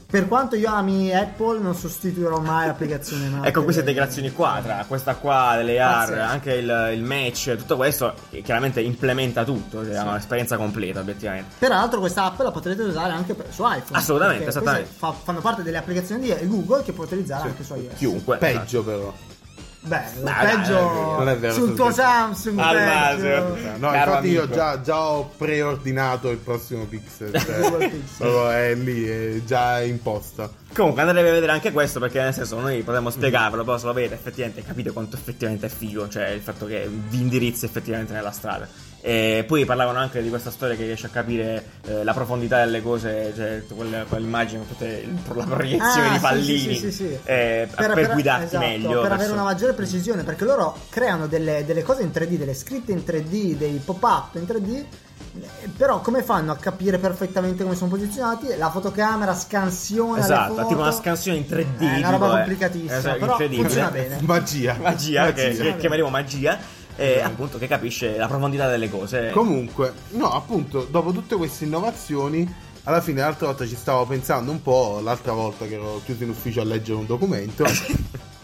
Speaker 4: per quanto io ami Apple non sostituirò mai l'applicazione mappe.
Speaker 3: Ecco, queste integrazioni qua, tra questa qua, le AR,
Speaker 4: Pazzesco.
Speaker 3: anche il, il match, tutto questo eh, chiaramente implementa tutto, cioè è un'esperienza completa obiettivamente.
Speaker 4: Peraltro questa app la potrete usare anche per- su iPhone.
Speaker 3: Assolutamente,
Speaker 4: perché
Speaker 3: esattamente.
Speaker 4: queste fa- fanno parte delle applicazioni di Google che puoi utilizzare anche su iOS.
Speaker 3: Chiunque.
Speaker 5: Peggio, però.
Speaker 4: Beh,
Speaker 3: dai,
Speaker 4: peggio
Speaker 5: non è vero,
Speaker 4: sul
Speaker 5: sto
Speaker 4: tuo
Speaker 5: scherzando.
Speaker 4: Samsung.
Speaker 3: Al
Speaker 4: peggio.
Speaker 3: massimo.
Speaker 5: Eh, No,
Speaker 3: Caro
Speaker 5: infatti io
Speaker 3: amico.
Speaker 5: già, già ho preordinato il prossimo
Speaker 3: <laughs>
Speaker 5: Pixel.
Speaker 4: Google
Speaker 5: Cioè,
Speaker 4: Pixel.
Speaker 5: proprio è lì, è già in posta.
Speaker 3: Comunque andrete a vedere anche questo perché nel senso noi potremmo spiegarvelo, però se lo vedete effettivamente capite quanto effettivamente è figo, cioè il fatto che vi indirizzi effettivamente nella strada. E poi parlavano anche di questa storia che riesce a capire eh, la profondità delle cose, cioè quella, quell'immagine, con tutte il- la proiezione
Speaker 4: Ah,
Speaker 3: di
Speaker 4: sì,
Speaker 3: pallini
Speaker 4: sì, sì, sì, sì.
Speaker 3: eh, per, guidarti
Speaker 4: esatto,
Speaker 3: meglio.
Speaker 4: per avere
Speaker 3: verso-
Speaker 4: una maggiore precisione perché loro creano delle, delle cose in 3D delle scritte in 3D dei pop-up in 3D eh, però come fanno a capire perfettamente come sono posizionati la fotocamera scansiona
Speaker 3: Esatto,
Speaker 4: le foto.
Speaker 3: tipo una scansione in 3D.
Speaker 4: è una roba
Speaker 3: tipo, eh,
Speaker 4: complicatissima
Speaker 3: esatto,
Speaker 4: però
Speaker 3: incredibile.
Speaker 4: funziona bene
Speaker 5: Magia.
Speaker 3: Magia, che,
Speaker 5: Magia. Esatto.
Speaker 3: che chiameremo magia, eh, appunto che capisce la profondità delle cose.
Speaker 5: Comunque, no, appunto, dopo tutte queste innovazioni, alla fine l'altra volta ci stavo pensando un po', l'altra volta che ero chiuso in ufficio a leggere
Speaker 3: <laughs>
Speaker 5: un documento,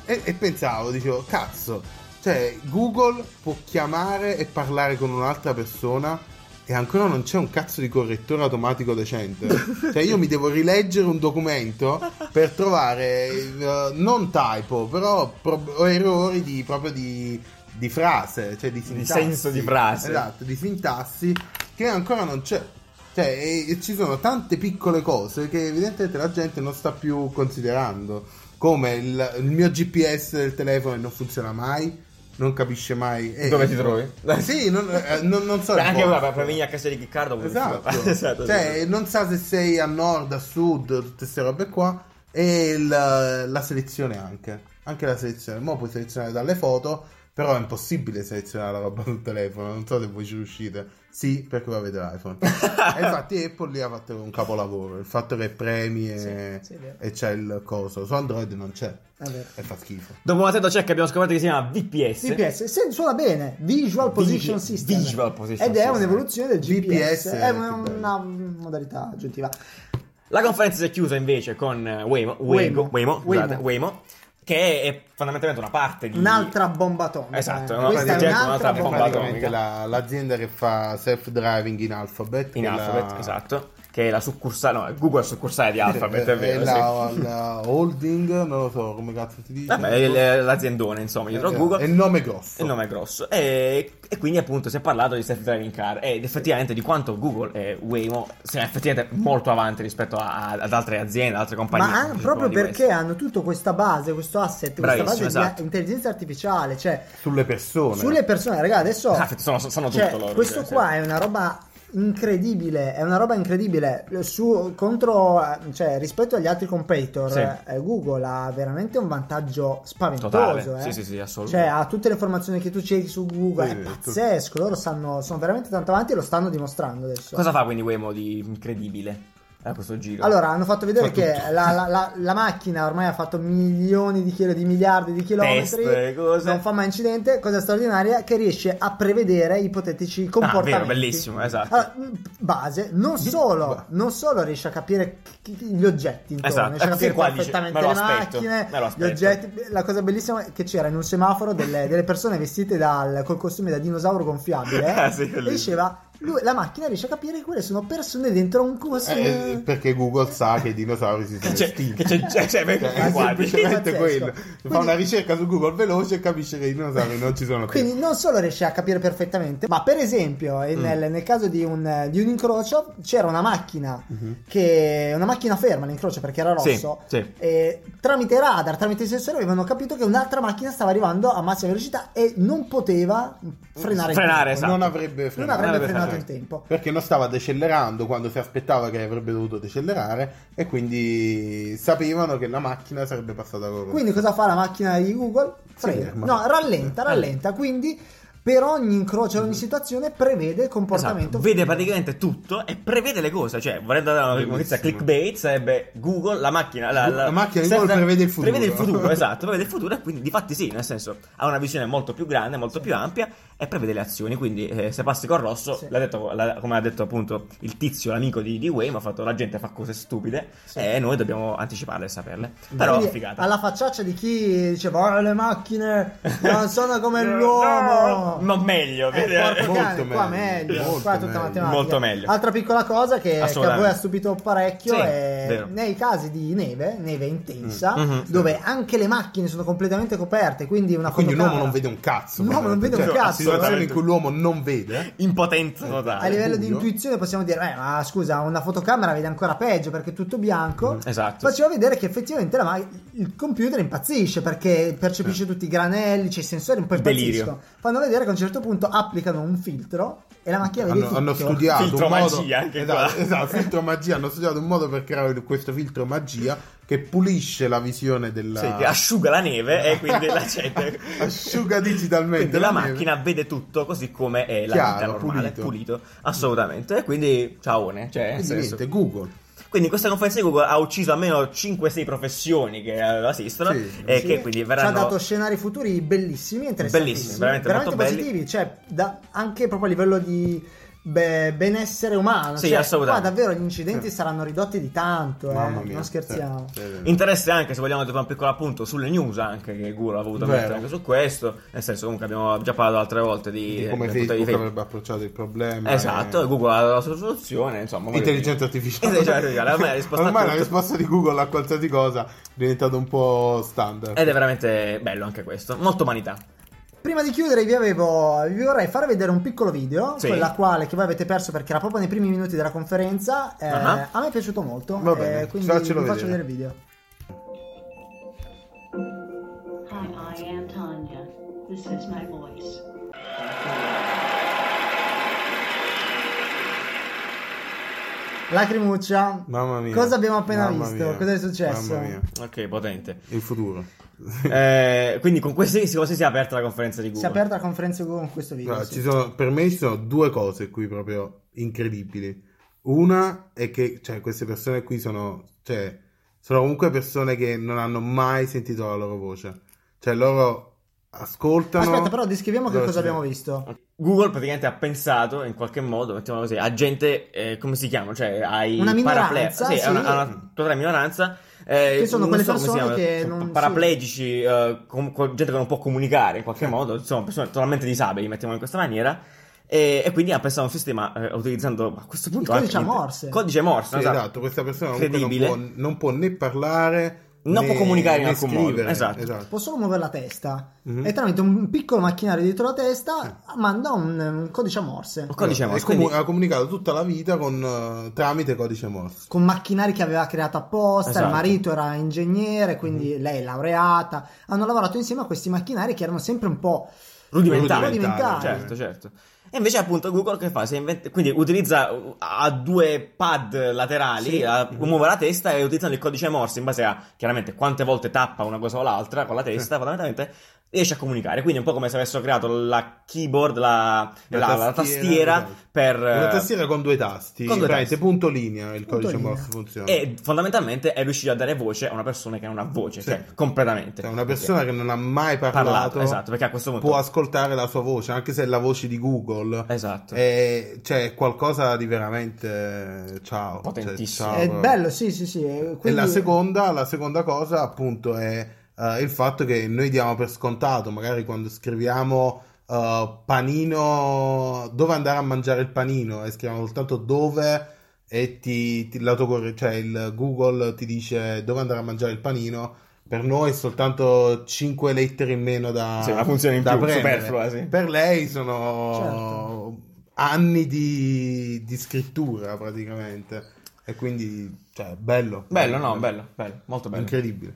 Speaker 5: e, e pensavo, dicevo, cazzo, cioè Google può chiamare e parlare con un'altra persona e ancora non c'è un cazzo di correttore automatico
Speaker 3: <laughs>
Speaker 5: decente. cioè io mi devo rileggere un documento per trovare, eh, non typo, però pro- errori di, proprio di, di frase, cioè di sintassi.
Speaker 3: senso di frase.
Speaker 5: Esatto esatto, di sintassi che ancora non c'è. Cioè, e- e ci sono tante piccole cose che evidentemente la gente non sta più considerando. Come il, il mio GPS del telefono che non funziona mai, non capisce mai. eh,
Speaker 3: Dove
Speaker 5: eh,
Speaker 3: ti trovi?
Speaker 5: Sì, non, eh, non- non so.
Speaker 3: Beh,
Speaker 5: il
Speaker 3: anche
Speaker 5: posto.
Speaker 3: ora per venire a casa di Riccardo come si
Speaker 4: <laughs>
Speaker 5: Esatto.
Speaker 3: fa? <laughs> esatto
Speaker 5: cioè,
Speaker 3: esatto.
Speaker 5: non sa se sei a nord, a sud, tutte queste robe qua. E il- la selezione anche. Anche la selezione. Mo puoi selezionare dalle foto, però è impossibile selezionare la roba sul telefono. Non so se voi ci riuscite. Sì, perché voi
Speaker 4: <laughs>
Speaker 5: avete l'iPhone. e infatti Apple lì ha fatto un capolavoro. Il fatto che premi e,
Speaker 4: Sì, sì, è vero.
Speaker 5: e c'è il coso. Su Android non c'è.
Speaker 4: È vero.
Speaker 5: E fa schifo.
Speaker 3: Dopo una tenda check abbiamo scoperto che si chiama VPS.
Speaker 4: GPS se- suona bene Visual Position
Speaker 3: Vigi-
Speaker 4: System
Speaker 3: Visual Position
Speaker 4: ed è
Speaker 3: System.
Speaker 4: un'evoluzione del GPS,
Speaker 5: GPS
Speaker 4: è
Speaker 5: è
Speaker 4: una,
Speaker 5: più bello.
Speaker 4: una modalità aggiuntiva
Speaker 3: La conferenza si è chiusa invece con eh, Waymo, Waymo, Waymo,
Speaker 4: Waymo.
Speaker 3: scusate, Waymo, che è fondamentalmente una parte di...
Speaker 4: un'altra bomba atomica
Speaker 3: Esatto,
Speaker 4: eh.
Speaker 3: una
Speaker 4: questa
Speaker 3: parte
Speaker 4: è
Speaker 3: di getto,
Speaker 4: un'altra
Speaker 3: un'altra
Speaker 4: bomba
Speaker 3: bomba
Speaker 4: atomica
Speaker 5: Praticamente la- l'azienda che fa self-driving in Alphabet.
Speaker 3: In
Speaker 5: quella-
Speaker 3: alphabet, esatto. che è la succursale, no, è Google è succursale di Alphabet, è vero. sì.
Speaker 5: eh, la, la holding, non lo so come cazzo si dice.
Speaker 3: Vabbè, è il- l'aziendone, insomma, dietro a
Speaker 5: Eh,
Speaker 3: Google.
Speaker 5: è il nome grosso.
Speaker 3: Il nome è grosso. E, e quindi, appunto, si è parlato di self driving car ed effettivamente di quanto Google e Waymo siano effettivamente molto avanti rispetto a- a- ad altre aziende, ad altre compagnie.
Speaker 4: Ma anche
Speaker 3: Come
Speaker 4: proprio
Speaker 3: di
Speaker 4: perché
Speaker 3: queste.
Speaker 4: hanno tutta questa base, questo asset, questa
Speaker 3: Bravissimo,
Speaker 4: base
Speaker 3: esatto.
Speaker 4: di intelligenza artificiale, cioè
Speaker 5: Sulle persone. Eh,
Speaker 4: sulle persone, raga, adesso
Speaker 3: Ah, sono, sono
Speaker 4: cioè,
Speaker 3: tutto loro.
Speaker 4: questo
Speaker 3: cioè, sì.
Speaker 4: qua è una roba incredibile, è una roba incredibile su contro eh, cioè rispetto agli altri competitor,
Speaker 3: Sì.
Speaker 4: eh, Google ha veramente un vantaggio spaventoso,
Speaker 3: Totale.
Speaker 4: eh.
Speaker 3: Sì, sì, sì, assolutamente.
Speaker 4: Cioè, ha tutte le informazioni che tu cerchi su Google,
Speaker 5: Sì,
Speaker 4: è
Speaker 5: sì,
Speaker 4: pazzesco, loro stanno- sono veramente tanto avanti e lo stanno dimostrando adesso.
Speaker 3: Cosa fa quindi Waymo di incredibile a questo giro?
Speaker 4: Allora, hanno fatto vedere
Speaker 3: Fa
Speaker 4: che
Speaker 3: tutto.
Speaker 4: la, la- la- la macchina ormai ha fatto milioni di chilo, di miliardi di chilometri,
Speaker 3: Test, cose.
Speaker 4: non fa mai incidente, cosa straordinaria che riesce a prevedere ipotetici comportamenti.
Speaker 3: Ah, vero, bellissimo, esatto.
Speaker 4: Allora, mh, base, non solo, non solo riesce a capire chi- chi- gli oggetti intorno,
Speaker 3: Esatto,
Speaker 4: riesce a
Speaker 3: eh, sì,
Speaker 4: capire
Speaker 3: qua dice,
Speaker 4: perfettamente
Speaker 3: me lo
Speaker 4: le
Speaker 3: aspetto,
Speaker 4: macchine,
Speaker 3: me lo
Speaker 4: gli
Speaker 3: aspetto.
Speaker 4: oggetti. La cosa bellissima è che c'era in un semaforo delle, delle persone vestite dal, col costume da dinosauro
Speaker 3: <laughs>
Speaker 4: gonfiabile
Speaker 3: Ah, sì,
Speaker 4: e
Speaker 3: bellissimo.
Speaker 4: diceva... lui- la macchina riesce a capire che quelle sono persone dentro un costume.
Speaker 5: Eh, perché Google sa che i
Speaker 3: <laughs>
Speaker 5: dinosauri si sono
Speaker 3: Che c'è, che
Speaker 5: estinti.
Speaker 3: c'è, c'è,
Speaker 4: <laughs>
Speaker 3: c'è,
Speaker 5: Cioè, è
Speaker 3: guardi.
Speaker 5: semplicemente
Speaker 4: Pazzesco.
Speaker 5: quello. Fa
Speaker 4: Quindi-
Speaker 5: una ricerca su Google veloce e capisce che i dinosauri non ci sono più.
Speaker 4: Quindi non solo riesce a capire perfettamente, ma per esempio
Speaker 3: Mm.
Speaker 4: eh, nel, nel caso di un, di un incrocio c'era una macchina, che, una macchina ferma l'incrocio perché era
Speaker 3: Mm-hmm. Sì,
Speaker 4: rosso,
Speaker 3: sì.
Speaker 4: e tramite radar, tramite sensori avevano capito che un'altra macchina stava arrivando a massima velocità e non poteva frenare. in
Speaker 3: Frenare,
Speaker 4: tempo.
Speaker 3: esatto.
Speaker 5: Non avrebbe
Speaker 4: Non
Speaker 5: frenato.
Speaker 4: avrebbe
Speaker 3: avrebbe
Speaker 4: frenato in
Speaker 3: frenato.
Speaker 4: tempo.
Speaker 5: Perché non stava decelerando quando si aspettava che avrebbe dovuto decelerare e quindi sapevano che la macchina sarebbe passata con loro.
Speaker 4: Quindi cosa fa la macchina di Google? Frena.
Speaker 5: ferma.
Speaker 4: No, rallenta, rallenta. Quindi per ogni incrocio, ogni situazione prevede il comportamento.
Speaker 3: Mm. Esatto, Vede praticamente tutto e prevede le cose. Cioè, volendo dare una
Speaker 5: Bellissimo.
Speaker 3: notizia clickbait, sarebbe Google, la macchina. La,
Speaker 5: La macchina di Google
Speaker 3: senza-
Speaker 5: prevede il futuro.
Speaker 3: Prevede il futuro, esatto. Prevede il futuro e quindi, di fatti, sì, nel senso, ha una visione molto più grande, molto più ampia e prevede le azioni. Quindi, eh, se passi col rosso,
Speaker 4: Sì.
Speaker 3: l'ha detto- l'ha- come ha detto appunto il tizio, l'amico di, di Wayne, ha fatto la gente fa cose stupide e noi dobbiamo anticiparle e saperle. Però,
Speaker 4: Quindi,
Speaker 3: figata.
Speaker 4: alla facciaccia di chi diceva "Oh, le macchine non
Speaker 3: <laughs>
Speaker 4: sono come l'uomo
Speaker 3: No, ma meglio,
Speaker 4: Eh,
Speaker 3: vedi?
Speaker 4: porco
Speaker 5: Molto
Speaker 4: cane, qua
Speaker 5: meglio,
Speaker 4: meglio,
Speaker 5: molto
Speaker 4: qua è tutta
Speaker 5: meglio.
Speaker 4: matematica.
Speaker 3: Molto meglio.
Speaker 4: Altra piccola cosa che, che a
Speaker 3: Assolutamente.
Speaker 4: voi ha stupito parecchio
Speaker 3: Sì,
Speaker 4: è
Speaker 3: vero.
Speaker 4: nei casi di neve, neve intensa,
Speaker 3: Mhm,
Speaker 4: dove anche le macchine sono completamente coperte, quindi una
Speaker 5: Quindi un uomo
Speaker 4: fotocamera-
Speaker 5: non vede un cazzo.
Speaker 4: Un uomo non vede un
Speaker 5: Cioè, la
Speaker 4: cazzo.
Speaker 5: situazione in cui l'uomo non vede.
Speaker 3: Impotenza
Speaker 4: A
Speaker 3: totale.
Speaker 4: livello di
Speaker 5: buio.
Speaker 4: intuizione possiamo dire, "Beh, ma scusa, una fotocamera vede ancora peggio perché è tutto bianco.
Speaker 3: Esatto.
Speaker 4: Faceva vedere che effettivamente la ma- il computer impazzisce perché percepisce tutti i granelli, c'è i sensori un po'
Speaker 3: Eh. Delirio.
Speaker 4: impazziscono. Fanno vedere che a un certo punto applicano un filtro e la macchina vede
Speaker 5: Hanno,
Speaker 4: tutto.
Speaker 5: hanno studiato
Speaker 3: Filtro
Speaker 5: un modo,
Speaker 3: magia, anche
Speaker 5: esatto,
Speaker 3: qua.
Speaker 5: <laughs> esatto, filtro magia. Hanno studiato un modo per creare questo filtro magia che pulisce la visione della
Speaker 3: Sì, che asciuga la neve
Speaker 5: <laughs>
Speaker 3: e quindi la gente
Speaker 5: asciuga digitalmente
Speaker 3: Quindi la
Speaker 5: neve.
Speaker 3: macchina vede tutto così come è la
Speaker 5: Chiaro,
Speaker 3: vita normale,
Speaker 5: pulito.
Speaker 3: pulito. assolutamente. E quindi, ciaone. Cioè, nel
Speaker 5: Quindi
Speaker 3: senso.
Speaker 5: niente, Google.
Speaker 3: quindi questa conferenza di Google ha ucciso almeno 5-6 professioni che eh, esistono
Speaker 5: Sì,
Speaker 3: e
Speaker 4: Sì.
Speaker 3: che quindi
Speaker 4: Ci ha
Speaker 3: verranno
Speaker 4: dato scenari futuri bellissimi, interessantissimi,
Speaker 3: Bellissimi, veramente molto belli.
Speaker 4: positivi, cioè da- anche proprio a livello di beh, benessere umano.
Speaker 3: Sì,
Speaker 4: cioè,
Speaker 3: assolutamente. Eh.
Speaker 4: Qua davvero gli incidenti saranno ridotti di tanto, eh, non scherziamo.
Speaker 5: Sì, sì, sì.
Speaker 3: Interesse anche, se vogliamo, fare un piccolo appunto sulle news anche che Google ha voluto
Speaker 5: Vero.
Speaker 3: mettere anche su questo. Nel senso, comunque, abbiamo già parlato altre volte di,
Speaker 5: Di come
Speaker 3: del eh, punto
Speaker 5: Facebook,
Speaker 3: di
Speaker 5: avrebbe approcciato il problema. eh.
Speaker 3: Esatto, e Google ha la sua soluzione, insomma. voglio dire.
Speaker 5: Intelligenza artificiale.
Speaker 3: Intelligenza artificiale, Cioè, ormai ha risposto a
Speaker 5: Esatto, Ormai la
Speaker 3: tutto.
Speaker 5: risposta di Google a qualsiasi cosa è diventata un po' standard.
Speaker 3: Ed è veramente bello anche questo. Molto umanità.
Speaker 4: Prima di chiudere vi, avevo, vi vorrei far vedere un piccolo video,
Speaker 3: Sì.
Speaker 4: quella quale che voi avete perso perché era proprio nei primi minuti della conferenza. eh,
Speaker 3: Ah.
Speaker 4: A me è piaciuto molto,
Speaker 5: Va bene,
Speaker 4: eh, quindi vi
Speaker 5: faccelo
Speaker 4: faccio vedere
Speaker 5: vedere.
Speaker 4: il video.
Speaker 8: Hi, I am Tanya. This is my voice.
Speaker 4: Lacrimuccia.
Speaker 5: Mamma mia.
Speaker 4: Cosa abbiamo appena
Speaker 5: Mamma
Speaker 4: visto?
Speaker 5: mia.
Speaker 4: Cosa è successo?
Speaker 5: Mamma mia.
Speaker 3: Ok, potente.
Speaker 5: Il futuro.
Speaker 3: Eh, <laughs> quindi con questi cose si è aperta la conferenza di Google.
Speaker 4: Si è aperta la conferenza Google con questo video.
Speaker 5: Guarda,
Speaker 4: sì.
Speaker 5: ci sono- per me ci sono due cose qui proprio incredibili. Una è che cioè, queste persone qui sono, cioè, sono comunque persone che non hanno mai sentito la loro voce. Cioè loro ascoltano...
Speaker 4: Aspetta, però descriviamo che
Speaker 5: Loro
Speaker 4: cosa
Speaker 5: ci-
Speaker 4: abbiamo visto.
Speaker 3: Google praticamente ha pensato in qualche modo, mettiamo così, a gente, eh, come si chiama? Cioè, ai
Speaker 4: Una
Speaker 3: paraple-
Speaker 4: minoranza,
Speaker 3: sì,
Speaker 4: sì.
Speaker 3: a una, a una totale minoranza. eh,
Speaker 4: Che sono
Speaker 3: non
Speaker 4: quelle
Speaker 3: so come si
Speaker 4: persone
Speaker 3: chiama,
Speaker 4: che
Speaker 3: pa-
Speaker 4: non-
Speaker 3: paraplegici, eh, com- con gente che non può comunicare in qualche modo, insomma, persone totalmente disabili, mettiamo in questa maniera. E, e quindi ha pensato a un sistema eh, utilizzando a questo punto
Speaker 4: Il codice
Speaker 3: anche
Speaker 4: a morse.
Speaker 3: Codice morse,
Speaker 5: Sì,
Speaker 3: esatto.
Speaker 5: esatto, questa persona comunque non
Speaker 3: Credibile.
Speaker 5: può, non può né parlare
Speaker 3: Non
Speaker 5: né-
Speaker 3: può comunicare in
Speaker 5: né
Speaker 3: alcun modo,
Speaker 5: scrivere.
Speaker 3: esatto.
Speaker 4: Può solo muovere la testa
Speaker 5: Mm-hmm.
Speaker 4: e tramite un piccolo macchinario dietro la testa manda un, un codice a morse
Speaker 3: Un codice
Speaker 5: E
Speaker 3: morse.
Speaker 5: comu-
Speaker 3: quindi-
Speaker 5: ha comunicato tutta la vita con, eh, tramite codice morse.
Speaker 4: con macchinari che aveva creato apposta,
Speaker 3: Esatto.
Speaker 4: il marito era ingegnere, quindi
Speaker 5: Mm-hmm.
Speaker 4: lei è laureata, hanno lavorato insieme a questi macchinari che erano sempre un po'
Speaker 3: rudimentare.
Speaker 4: Rudimentare.
Speaker 3: Certo, certo. E invece appunto Google che fa? Si inventa- quindi utilizza uh, ha due pad laterali, ha-
Speaker 5: Mhm.
Speaker 3: muove la testa e utilizzando il codice morse in base a chiaramente quante volte tappa una cosa o l'altra con la testa, fondamentalmente riesce a comunicare. Quindi è un po' come se avessero creato la keyboard, la,
Speaker 5: La
Speaker 3: la- la tastiera,
Speaker 5: esatto.
Speaker 3: per...
Speaker 5: Una
Speaker 3: eh,
Speaker 5: tastiera con due tasti,
Speaker 3: con due
Speaker 5: praticamente
Speaker 3: tasti.
Speaker 5: punto linea il
Speaker 4: Punto
Speaker 5: codice
Speaker 4: linea.
Speaker 5: morse funziona.
Speaker 3: E fondamentalmente è riuscito a dare voce a una persona che non ha voce,
Speaker 5: Sì.
Speaker 3: cioè completamente.
Speaker 5: Cioè, una persona che non ha mai parlato,
Speaker 3: Parlato, esatto, perché a questo punto-
Speaker 5: può ascoltare la sua voce, anche se è la voce di Google.
Speaker 3: Esatto.
Speaker 5: Eh, E c'è qualcosa di veramente ciao. cioè,
Speaker 3: Potentissimo.
Speaker 5: ciao,
Speaker 4: è
Speaker 5: proprio.
Speaker 4: bello, sì, sì, sì. eh,
Speaker 5: E
Speaker 4: quindi-
Speaker 5: la seconda, la seconda cosa, appunto, è eh, il fatto che noi diamo per scontato, magari quando scriviamo eh, panino, dove andare a mangiare il panino, e scriviamo soltanto dove e ti, ti- l'autocorre- cioè il Google ti dice dove andare a mangiare il panino. Per noi è soltanto 5 lettere in meno da,
Speaker 3: Sì, una funzione in
Speaker 5: da
Speaker 3: più,
Speaker 5: premere.
Speaker 3: superflua, sì.
Speaker 5: Per lei sono
Speaker 4: Certo.
Speaker 5: anni di, di scrittura praticamente. E quindi, cioè, bello.
Speaker 3: Bello, no, bello, bello, molto bello.
Speaker 5: Incredibile.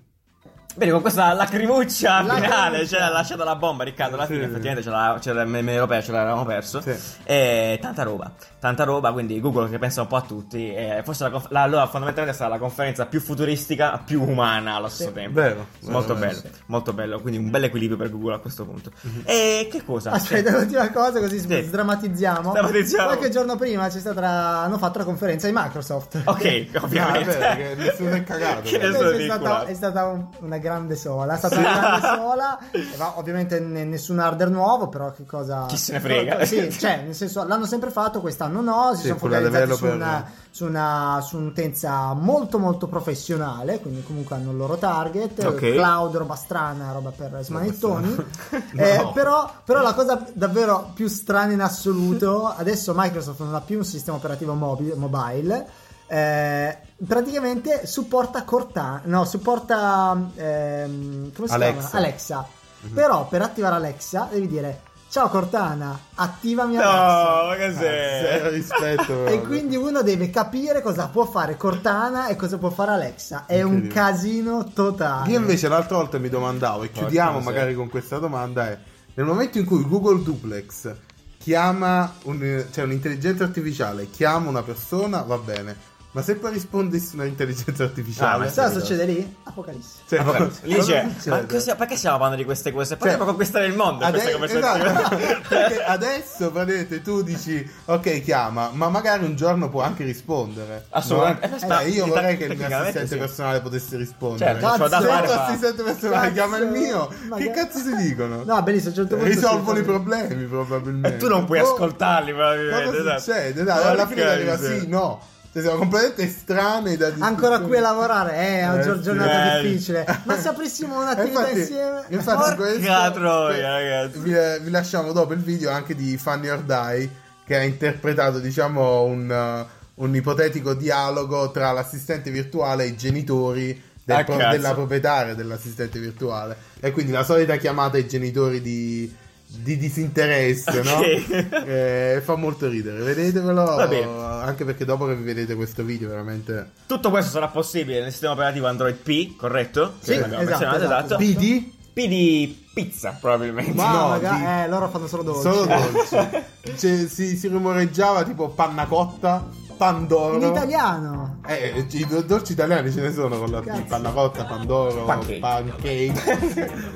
Speaker 3: Bene, con questa lacrimuccia finale,
Speaker 4: Lacrimuccia.
Speaker 3: ce l'ha lasciata la bomba, Riccardo. Alla
Speaker 5: Sì.
Speaker 3: fine, effettivamente, ce l'ha- ce l'ha- me, me l'ero perso, ce l'avevamo perso.
Speaker 5: Sì.
Speaker 3: E tanta roba, tanta roba. Quindi, Google che pensa un po' a tutti. E forse la, conf- la- allora, fondamentalmente, sarà la conferenza più futuristica, più umana allo stesso tempo.
Speaker 5: Vero.
Speaker 3: Molto
Speaker 5: Vero,
Speaker 3: bello, molto bello. Quindi, un bel equilibrio per Google a questo punto.
Speaker 5: Mhm.
Speaker 3: E che cosa?
Speaker 4: Aspetta,
Speaker 3: Cioè,
Speaker 4: l'ultima cosa così
Speaker 3: Sì.
Speaker 4: sdrammatizziamo.
Speaker 3: Sdrammatizziamo.
Speaker 4: Qualche giorno prima c'è stata la- hanno fatto la conferenza di Microsoft.
Speaker 3: <laughs> ok, ovviamente.
Speaker 5: No, è vero, Ah, che nessuno è cagato.
Speaker 3: <laughs> Che
Speaker 4: Invece
Speaker 3: nessuno è
Speaker 4: è, stata,
Speaker 3: vincolato.
Speaker 4: è stata un- una grande sola, è stata
Speaker 3: <laughs>
Speaker 4: una grande sola, e va- ovviamente ne- nessun hardware nuovo, però che cosa...
Speaker 3: Chi se ne frega? <laughs>
Speaker 4: Sì, cioè, nel senso, l'hanno sempre fatto, quest'anno no, si
Speaker 5: Sì,
Speaker 4: sono
Speaker 5: con la
Speaker 4: focalizzati su,
Speaker 5: developer.
Speaker 4: una, su, una, su un'utenza molto molto professionale, quindi comunque hanno il loro target,
Speaker 3: Ok.
Speaker 4: cloud, roba strana, roba
Speaker 3: <laughs>
Speaker 4: per smanettoni,
Speaker 5: No.
Speaker 4: Eh, però, però la cosa davvero più strana in assoluto, adesso Microsoft non ha più un sistema operativo mobi- mobile, eh, praticamente supporta Cortana, no, supporta ehm, come si
Speaker 5: Alexa. Mhm.
Speaker 4: chiama? Alexa. Però per attivare Alexa devi dire ciao Cortana, attivami Alexa.
Speaker 3: No, ma
Speaker 5: Ah,
Speaker 3: che
Speaker 5: Zero
Speaker 3: sei?
Speaker 5: rispetto.
Speaker 4: <laughs> E
Speaker 5: proprio.
Speaker 4: quindi uno deve capire cosa può fare Cortana e cosa può fare Alexa. È un
Speaker 5: Incredibile.
Speaker 4: casino totale.
Speaker 5: Io invece l'altra volta mi domandavo, e chiudiamo
Speaker 3: miseria.
Speaker 5: magari con questa domanda, è nel momento in cui Google Duplex chiama un, cioè un'intelligenza artificiale, chiama una persona, va bene, ma se poi rispondesse un'intelligenza
Speaker 3: Ah, ma
Speaker 5: artificiale...
Speaker 3: è
Speaker 4: Sai cosa succede lì? Apocalisse.
Speaker 5: Cioè,
Speaker 3: Vabbè,
Speaker 5: <laughs> cosa-
Speaker 3: Lì
Speaker 5: cosa
Speaker 3: c'è,
Speaker 5: succede?
Speaker 3: ma cosa- perché stiamo parlando di queste cose? Perché
Speaker 5: Cioè,
Speaker 3: per conquistare il mondo questa
Speaker 5: Ade-
Speaker 3: conversazione.
Speaker 5: esatto, <laughs> perché adesso praticamente tu dici ok chiama ma magari un giorno può anche rispondere
Speaker 3: Assolutamente.
Speaker 5: no?
Speaker 3: Eh, sta-
Speaker 5: Eh, io vorrei che il mio
Speaker 3: tecnicamente
Speaker 5: assistente
Speaker 3: sì.
Speaker 5: personale potesse rispondere
Speaker 3: Certo, c'ho da
Speaker 5: se il
Speaker 3: fare,
Speaker 5: tuo
Speaker 3: fa-
Speaker 5: assistente personale
Speaker 4: Cazzo.
Speaker 5: chiama il mio
Speaker 4: Ma
Speaker 5: che
Speaker 4: che-
Speaker 5: cazzo si dicono Eh,
Speaker 4: No, bellissimo, a un certo punto
Speaker 5: risolvono
Speaker 4: si-
Speaker 5: i problemi probabilmente
Speaker 3: <laughs> E Eh, tu non puoi
Speaker 5: Boh,
Speaker 3: ascoltarli, probabilmente.
Speaker 5: cosa
Speaker 3: esatto.
Speaker 5: succede Dai, alla
Speaker 3: Porca
Speaker 5: fine arriva
Speaker 3: miseria.
Speaker 5: sì no Cioè, siamo completamente estranei da
Speaker 4: Ancora qui a
Speaker 5: discussioni.
Speaker 4: lavorare, eh, è una
Speaker 5: Eh,
Speaker 4: gior-
Speaker 5: sì.
Speaker 4: giornata
Speaker 3: Eh.
Speaker 4: difficile. Ma se aprissimo un'attività
Speaker 5: Infatti-
Speaker 4: insieme...
Speaker 5: infatti
Speaker 4: Porca-
Speaker 5: questo-
Speaker 3: troia, ragazzi.
Speaker 5: Vi, eh, vi lasciamo dopo il video anche di Fanny or Die che ha interpretato diciamo un, eh, un ipotetico dialogo tra l'assistente virtuale e i genitori del
Speaker 3: Ah,
Speaker 5: pro-
Speaker 3: cazzo.
Speaker 5: della proprietaria dell'assistente virtuale e quindi la solita chiamata ai genitori di, di disinteresse no?
Speaker 3: Ok.
Speaker 5: <laughs> Eh, fa molto ridere
Speaker 3: Va bene.
Speaker 5: vedetevelo anche perché dopo che vi vedete questo video veramente
Speaker 3: Tutto questo sarà possibile nel sistema operativo Android P, corretto?
Speaker 4: Sì,
Speaker 3: l'abbiamo
Speaker 4: esatto,
Speaker 3: menzionato,
Speaker 4: esatto, esatto.
Speaker 5: PD
Speaker 3: P di pizza, probabilmente. <laughs>
Speaker 5: Ma-
Speaker 4: No,
Speaker 5: No,
Speaker 4: magari-
Speaker 5: di-
Speaker 4: eh, loro fanno solo dolci.
Speaker 5: Solo dolce. Cioè, si, si rumoreggiava tipo panna cotta, pandoro.
Speaker 4: In italiano.
Speaker 5: Eh, i do- dolci italiani ce ne sono con la
Speaker 4: Cazzo.
Speaker 5: panna cotta, pandoro,
Speaker 3: Pancake.
Speaker 5: pancake,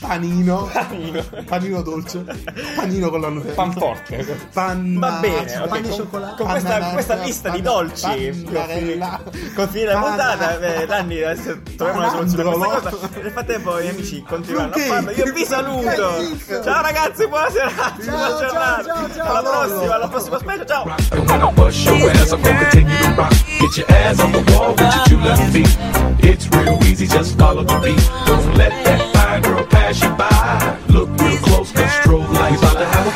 Speaker 5: panino, panino dolce, panino con la nutella.
Speaker 3: Panforte.
Speaker 5: Panna,
Speaker 3: Va bene, ok,
Speaker 4: pane e
Speaker 3: con-
Speaker 4: cioccolato.
Speaker 3: Con questa,
Speaker 5: Panna-
Speaker 3: questa lista di
Speaker 5: panna-
Speaker 3: dolci, eh,
Speaker 5: pandarella.
Speaker 3: con finire la
Speaker 5: Panna-
Speaker 3: puntata, eh, Danni, adesso troviamo una soluzione a questa
Speaker 5: Pandrolo.
Speaker 3: cosa. Nel frattempo, gli amici continuano a
Speaker 5: Ok.
Speaker 3: farlo. Io vi saluto.
Speaker 4: Cazzo.
Speaker 3: Ciao ragazzi, buona serata. Buona
Speaker 4: ciao,
Speaker 3: giornata.
Speaker 4: ciao, ciao,
Speaker 3: Alla
Speaker 4: ciao.
Speaker 3: prossima, alla prossima special. Ciao.
Speaker 2: And when I bust your ass, I'm gonna continue to rock. Get your ass on the wall with your two left feet. It's real easy, just follow the beat. Don't let that fine girl pass you by.